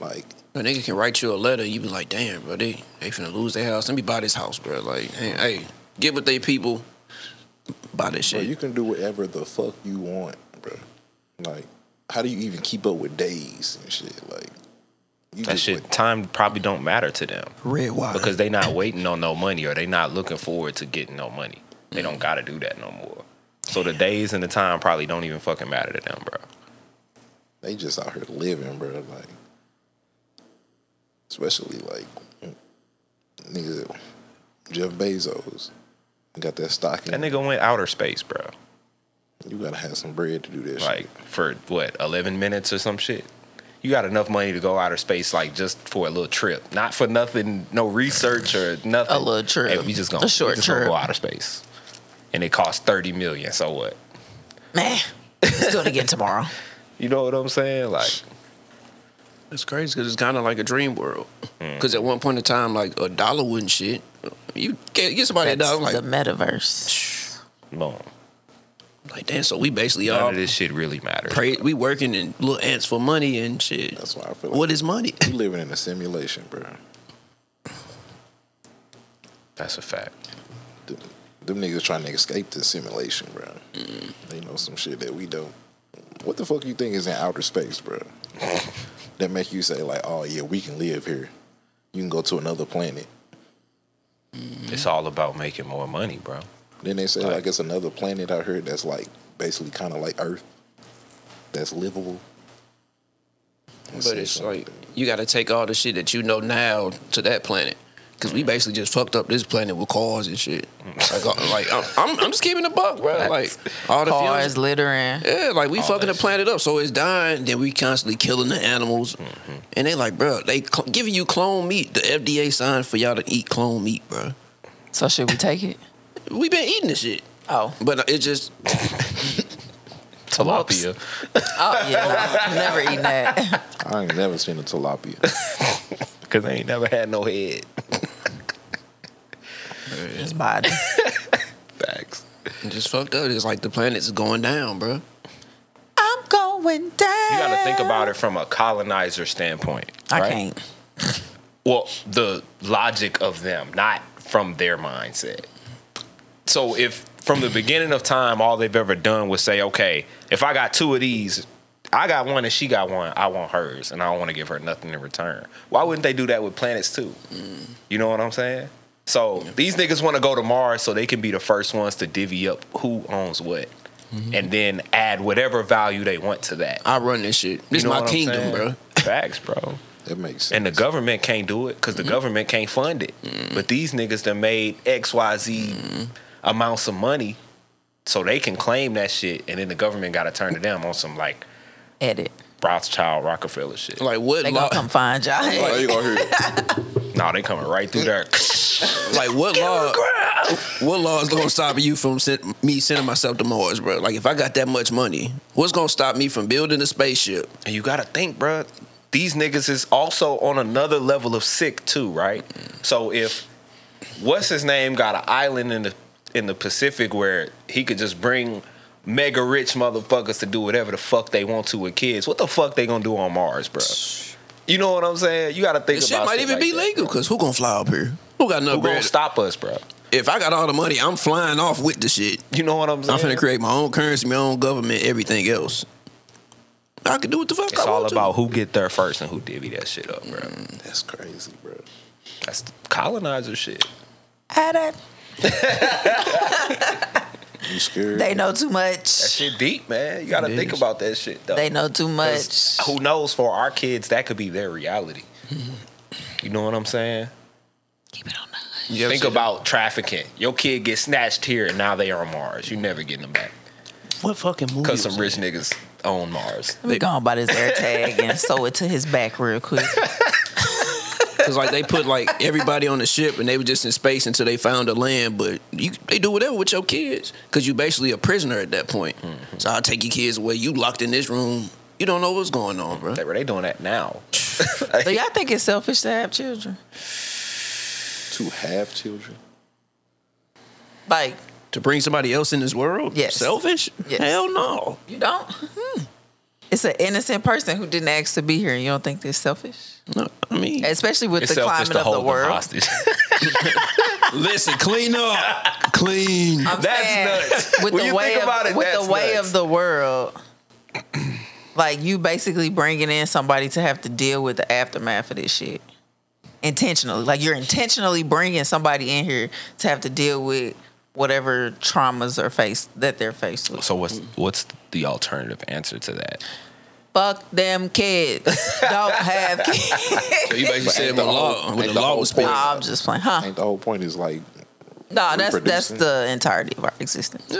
[SPEAKER 3] Like
[SPEAKER 4] A nigga can write you a letter, you be like, damn, bro, they, they finna lose their house. Let me buy this house, bro. Like, hey, hey get with they people, buy this
[SPEAKER 3] Bro,
[SPEAKER 4] shit.
[SPEAKER 3] you can do whatever the fuck you want, bro. Like, how do you even keep up with days and shit? Like, you
[SPEAKER 1] That
[SPEAKER 3] just
[SPEAKER 1] shit,
[SPEAKER 3] went-
[SPEAKER 1] time probably don't matter to them
[SPEAKER 4] Red wire.
[SPEAKER 1] because they not waiting on no money or they not looking forward to getting no money. They
[SPEAKER 2] Mm.
[SPEAKER 1] don't gotta do that no more. So the days and the time probably don't even fucking matter to them, bro.
[SPEAKER 3] they just out here living, bro. Like, especially like nigga Jeff Bezos got that stock.
[SPEAKER 1] That
[SPEAKER 3] in-
[SPEAKER 1] nigga went outer space, bro.
[SPEAKER 3] you gotta have some bread to do that.
[SPEAKER 1] Like
[SPEAKER 3] shit.
[SPEAKER 1] for what, eleven minutes or some shit? You got enough money to go outer space, like just for a little trip, not for nothing, no research or nothing.
[SPEAKER 2] A little trip.
[SPEAKER 1] Hey, we just gonna,
[SPEAKER 2] A short
[SPEAKER 1] we just gonna
[SPEAKER 2] trip.
[SPEAKER 1] go outer space, and it costs thirty million. So what?
[SPEAKER 2] Nah. Let's do it again [laughs] tomorrow.
[SPEAKER 1] You know what I'm saying? Like
[SPEAKER 4] It's crazy because it's kind of like a dream world. Because at one point in time, like a dollar wasn't shit. You get, get somebody
[SPEAKER 2] That's
[SPEAKER 4] a dollar,
[SPEAKER 2] the
[SPEAKER 4] like,
[SPEAKER 2] metaverse.
[SPEAKER 1] no,
[SPEAKER 4] like damn. So we basically
[SPEAKER 1] none
[SPEAKER 4] all
[SPEAKER 1] of this shit really matters.
[SPEAKER 4] pray, we working in little ants for money and shit.
[SPEAKER 3] That's why I feel like
[SPEAKER 4] What is money? [laughs]
[SPEAKER 3] you living in a simulation, bro.
[SPEAKER 1] That's a fact.
[SPEAKER 3] Them, them niggas trying to escape the simulation, bro.
[SPEAKER 4] Mm-hmm.
[SPEAKER 3] They know some shit that we don't. What the fuck you think is in outer space,
[SPEAKER 4] [laughs]
[SPEAKER 3] bro? that make you say like, oh yeah, we can live here. You can go to another planet.
[SPEAKER 2] Mm-hmm.
[SPEAKER 1] It's all about making more money, bro.
[SPEAKER 3] Then they say like it's another planet out here that's like basically kind of like Earth, that's livable.
[SPEAKER 4] But it's like you got to take all the shit that you know now to that planet. Cause we basically just fucked up this planet with cars and shit. Like, [laughs] uh, like I'm, I'm, I'm just keeping the buck, bro. Like all the fuels-
[SPEAKER 2] Cars littering.
[SPEAKER 4] Yeah, like we fucking
[SPEAKER 1] that
[SPEAKER 4] the
[SPEAKER 1] shit.
[SPEAKER 4] planet up, so it's dying. Then we constantly killing the animals, and they like, bro, they cl- giving you clone meat. The FDA signed for y'all to eat clone meat, bro.
[SPEAKER 2] So should we take it?
[SPEAKER 4] We been eating this shit,
[SPEAKER 2] Oh.
[SPEAKER 4] but it's just
[SPEAKER 1] Tilapia.
[SPEAKER 2] Oh yeah. [laughs] no, never eating that.
[SPEAKER 3] I ain't never seen a tilapia.
[SPEAKER 4] [laughs]
[SPEAKER 1] Cause they ain't never had no head.
[SPEAKER 2] His body.
[SPEAKER 1] Facts.
[SPEAKER 4] it's just fucked up. It's like the planet's going down, bro.
[SPEAKER 2] I'm going down.
[SPEAKER 1] You gotta think about it from a colonizer standpoint.
[SPEAKER 2] I
[SPEAKER 1] right?
[SPEAKER 2] can't.
[SPEAKER 1] well the logic of them not from their mindset so if from the beginning of time all they've ever done was say okay if i got two of these i got one and she got one i want hers and i don't want to give her nothing in return why wouldn't they do that with planets too you know what i'm saying so these niggas want to go to mars so they can be the first ones to divvy up who owns what and then add whatever value they want to
[SPEAKER 4] [laughs]
[SPEAKER 1] that
[SPEAKER 4] I run this shit. This
[SPEAKER 1] You know
[SPEAKER 4] my
[SPEAKER 1] what I'm
[SPEAKER 4] kingdom,
[SPEAKER 1] saying?
[SPEAKER 4] bro.
[SPEAKER 1] facts bro
[SPEAKER 3] That makes sense.
[SPEAKER 1] and the government can't do it because the
[SPEAKER 4] Mm-hmm.
[SPEAKER 1] government can't fund it. But these niggas that made X Y Z
[SPEAKER 4] Mm-hmm.
[SPEAKER 1] amounts of money, so they can claim that shit, and then the government got to turn to them on some like
[SPEAKER 2] Edit.
[SPEAKER 1] Rothschild Rockefeller shit.
[SPEAKER 4] Like what?
[SPEAKER 2] They
[SPEAKER 4] Law,
[SPEAKER 2] gonna come find y'all. [laughs]
[SPEAKER 3] Oh, you gonna hear it.
[SPEAKER 1] nah, they coming right through
[SPEAKER 4] [laughs]
[SPEAKER 1] there.
[SPEAKER 2] [laughs]
[SPEAKER 4] like what law? What law is gonna stop you from send, me sending myself to Mars, bro? Like if I got that much money, what's gonna stop me from building a spaceship?
[SPEAKER 1] and you got to think, bruh, These niggas is also on another level of sick too, right?
[SPEAKER 4] Mm-hmm.
[SPEAKER 1] So if what's his name got an island in the in the Pacific where he could just bring mega rich motherfuckers to do whatever the fuck they want to with kids. What the fuck they gonna do on Mars, bro? You know what I'm saying? You got to think
[SPEAKER 4] This shit
[SPEAKER 1] about
[SPEAKER 4] might even
[SPEAKER 1] like
[SPEAKER 4] be
[SPEAKER 1] that.
[SPEAKER 4] legal because who gonna fly up here? Who got no
[SPEAKER 1] Who gonna
[SPEAKER 4] bread?
[SPEAKER 1] stop us, bro?
[SPEAKER 4] If I got all the money, I'm flying off with the shit.
[SPEAKER 1] You know what I'm saying?
[SPEAKER 4] I'm finna create my own currency, my own government, everything else. I can do what the fuck
[SPEAKER 1] It's
[SPEAKER 4] I
[SPEAKER 1] all
[SPEAKER 4] want
[SPEAKER 1] about who get there first and who divvy that shit up, bro.
[SPEAKER 6] Mm.
[SPEAKER 3] That's crazy, bro.
[SPEAKER 1] That's colonizer shit.
[SPEAKER 2] Edit.
[SPEAKER 3] You scared?
[SPEAKER 2] They know too
[SPEAKER 1] That
[SPEAKER 2] much.
[SPEAKER 1] shit deep, man. You got to
[SPEAKER 4] It
[SPEAKER 1] think
[SPEAKER 4] is.
[SPEAKER 1] about that shit though.
[SPEAKER 2] They know too much.
[SPEAKER 1] 'Cause Who knows for our kids that could be their
[SPEAKER 4] [laughs]
[SPEAKER 1] reality. You know what I'm saying?
[SPEAKER 2] Keep it on the
[SPEAKER 4] to. You ever
[SPEAKER 1] Think
[SPEAKER 4] see
[SPEAKER 1] about trafficking. Your kid gets snatched here and now they are on Mars. You never getting them back.
[SPEAKER 5] What fucking movie?
[SPEAKER 1] Cause
[SPEAKER 5] was
[SPEAKER 1] some
[SPEAKER 5] that?
[SPEAKER 1] rich niggas
[SPEAKER 6] on Mars.
[SPEAKER 2] Let me go and buy this air tag and sew it to his back real quick.
[SPEAKER 4] Cause like they put like everybody on the ship and they were just in space until they found the land. But you they do whatever with your kids because you basically a prisoner at that point. So I'll take your kids away. You locked in this room. You don't know what's going on, bro.
[SPEAKER 6] They were they doing that now?
[SPEAKER 2] Do y'all think it's selfish to have children?
[SPEAKER 3] To have children?
[SPEAKER 2] Like,
[SPEAKER 4] To bring somebody else in this world,
[SPEAKER 2] Yes.
[SPEAKER 4] selfish?
[SPEAKER 2] Yes.
[SPEAKER 4] Hell no.
[SPEAKER 2] you don't? Mm-hmm. It's an innocent person who didn't ask to be here. You don't think they're selfish?
[SPEAKER 4] No, I mean,
[SPEAKER 2] Especially with
[SPEAKER 6] It's
[SPEAKER 2] the
[SPEAKER 6] selfish
[SPEAKER 2] climate
[SPEAKER 6] to
[SPEAKER 2] of
[SPEAKER 6] hold
[SPEAKER 2] the
[SPEAKER 6] them
[SPEAKER 2] world. [laughs]
[SPEAKER 6] hostage.
[SPEAKER 4] [laughs] listen, clean up, clean.
[SPEAKER 2] I'm
[SPEAKER 6] That's
[SPEAKER 2] saying, [laughs]
[SPEAKER 6] nuts.
[SPEAKER 2] With
[SPEAKER 6] When
[SPEAKER 2] the
[SPEAKER 6] you
[SPEAKER 2] way
[SPEAKER 6] think
[SPEAKER 2] of,
[SPEAKER 6] about it,
[SPEAKER 2] with
[SPEAKER 6] that's
[SPEAKER 2] the way
[SPEAKER 6] nuts.
[SPEAKER 2] of the world, like you basically bringing in somebody to have to deal with the aftermath of this shit intentionally. Like you're intentionally bringing somebody in here to have to deal with whatever traumas are faced that they're faced with.
[SPEAKER 6] so what's what's the alternative answer to that?
[SPEAKER 2] Fuck them kids. Don't
[SPEAKER 6] [laughs]
[SPEAKER 2] have kids.
[SPEAKER 4] So you basically said
[SPEAKER 3] ain't
[SPEAKER 4] when
[SPEAKER 3] the
[SPEAKER 4] the law,
[SPEAKER 3] whole-
[SPEAKER 4] when
[SPEAKER 3] ain't
[SPEAKER 4] the
[SPEAKER 3] the
[SPEAKER 4] law
[SPEAKER 3] whole
[SPEAKER 4] was
[SPEAKER 3] point.
[SPEAKER 2] No,
[SPEAKER 4] spent,
[SPEAKER 2] I'm just playing,
[SPEAKER 4] Uh.
[SPEAKER 2] huh?
[SPEAKER 3] Ain't the whole point is like
[SPEAKER 2] No, that's that's
[SPEAKER 3] reproducing.
[SPEAKER 2] the entirety of our existence.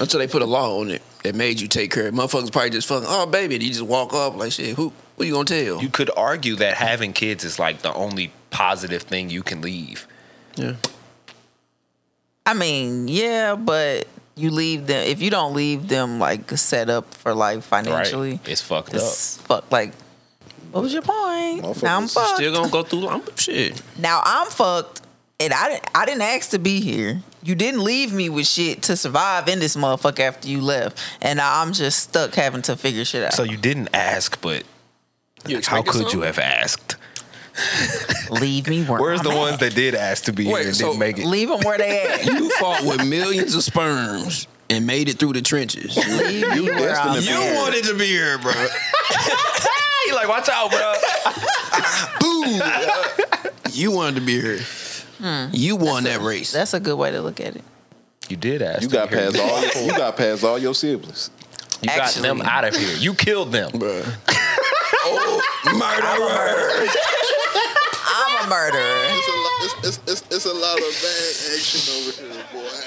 [SPEAKER 4] until they put a law on it that made you take care of it. Motherfuckers probably just fucking, oh, baby. And you just walk off like, shit, who, who you gonna tell?
[SPEAKER 6] You could argue that having kids is like the only positive thing you can leave.
[SPEAKER 4] yeah.
[SPEAKER 2] I mean, yeah, but you leave them if you don't leave them like set up for life
[SPEAKER 6] Right?
[SPEAKER 2] financially.
[SPEAKER 6] It's fucked up.
[SPEAKER 2] It's fuck like what was your point? Now I'm
[SPEAKER 3] Motherfuckers
[SPEAKER 2] fucked.
[SPEAKER 4] Still gonna go through, I'm, shit.
[SPEAKER 2] now I'm fucked and I didn't I didn't ask to be here. You didn't leave me with shit to survive in this motherfucker after you left. And now I'm just stuck having to figure shit out.
[SPEAKER 6] So you didn't ask, but
[SPEAKER 9] You
[SPEAKER 6] how
[SPEAKER 9] expected
[SPEAKER 6] could you
[SPEAKER 9] something?
[SPEAKER 6] have asked?
[SPEAKER 2] leave me where
[SPEAKER 6] Where's
[SPEAKER 2] I'm
[SPEAKER 6] the
[SPEAKER 2] at.
[SPEAKER 6] ones that did ask to be
[SPEAKER 4] Wait,
[SPEAKER 6] here and
[SPEAKER 4] so-
[SPEAKER 6] didn't make it?
[SPEAKER 2] Leave them where they at.
[SPEAKER 4] You fought with millions of sperms and made it through the trenches.
[SPEAKER 2] Leave me where I'm
[SPEAKER 3] destined
[SPEAKER 4] You
[SPEAKER 2] at.
[SPEAKER 4] wanted to be here, bro.
[SPEAKER 6] you like, watch out, bro.
[SPEAKER 4] Ooh. You wanted to be here. You won Hmm. that race.
[SPEAKER 2] That's a good way to look at it.
[SPEAKER 6] You did ask.
[SPEAKER 3] you
[SPEAKER 6] to
[SPEAKER 3] got
[SPEAKER 6] be here.
[SPEAKER 3] past all your, you got past all your siblings.
[SPEAKER 6] You got them
[SPEAKER 2] Actually-
[SPEAKER 6] out of here. You killed them.
[SPEAKER 4] Bruh. oh, murderer.
[SPEAKER 2] I'm a murderer.
[SPEAKER 3] It's a lot, it's, it's, it's, it's a lot of bad action over here, boy.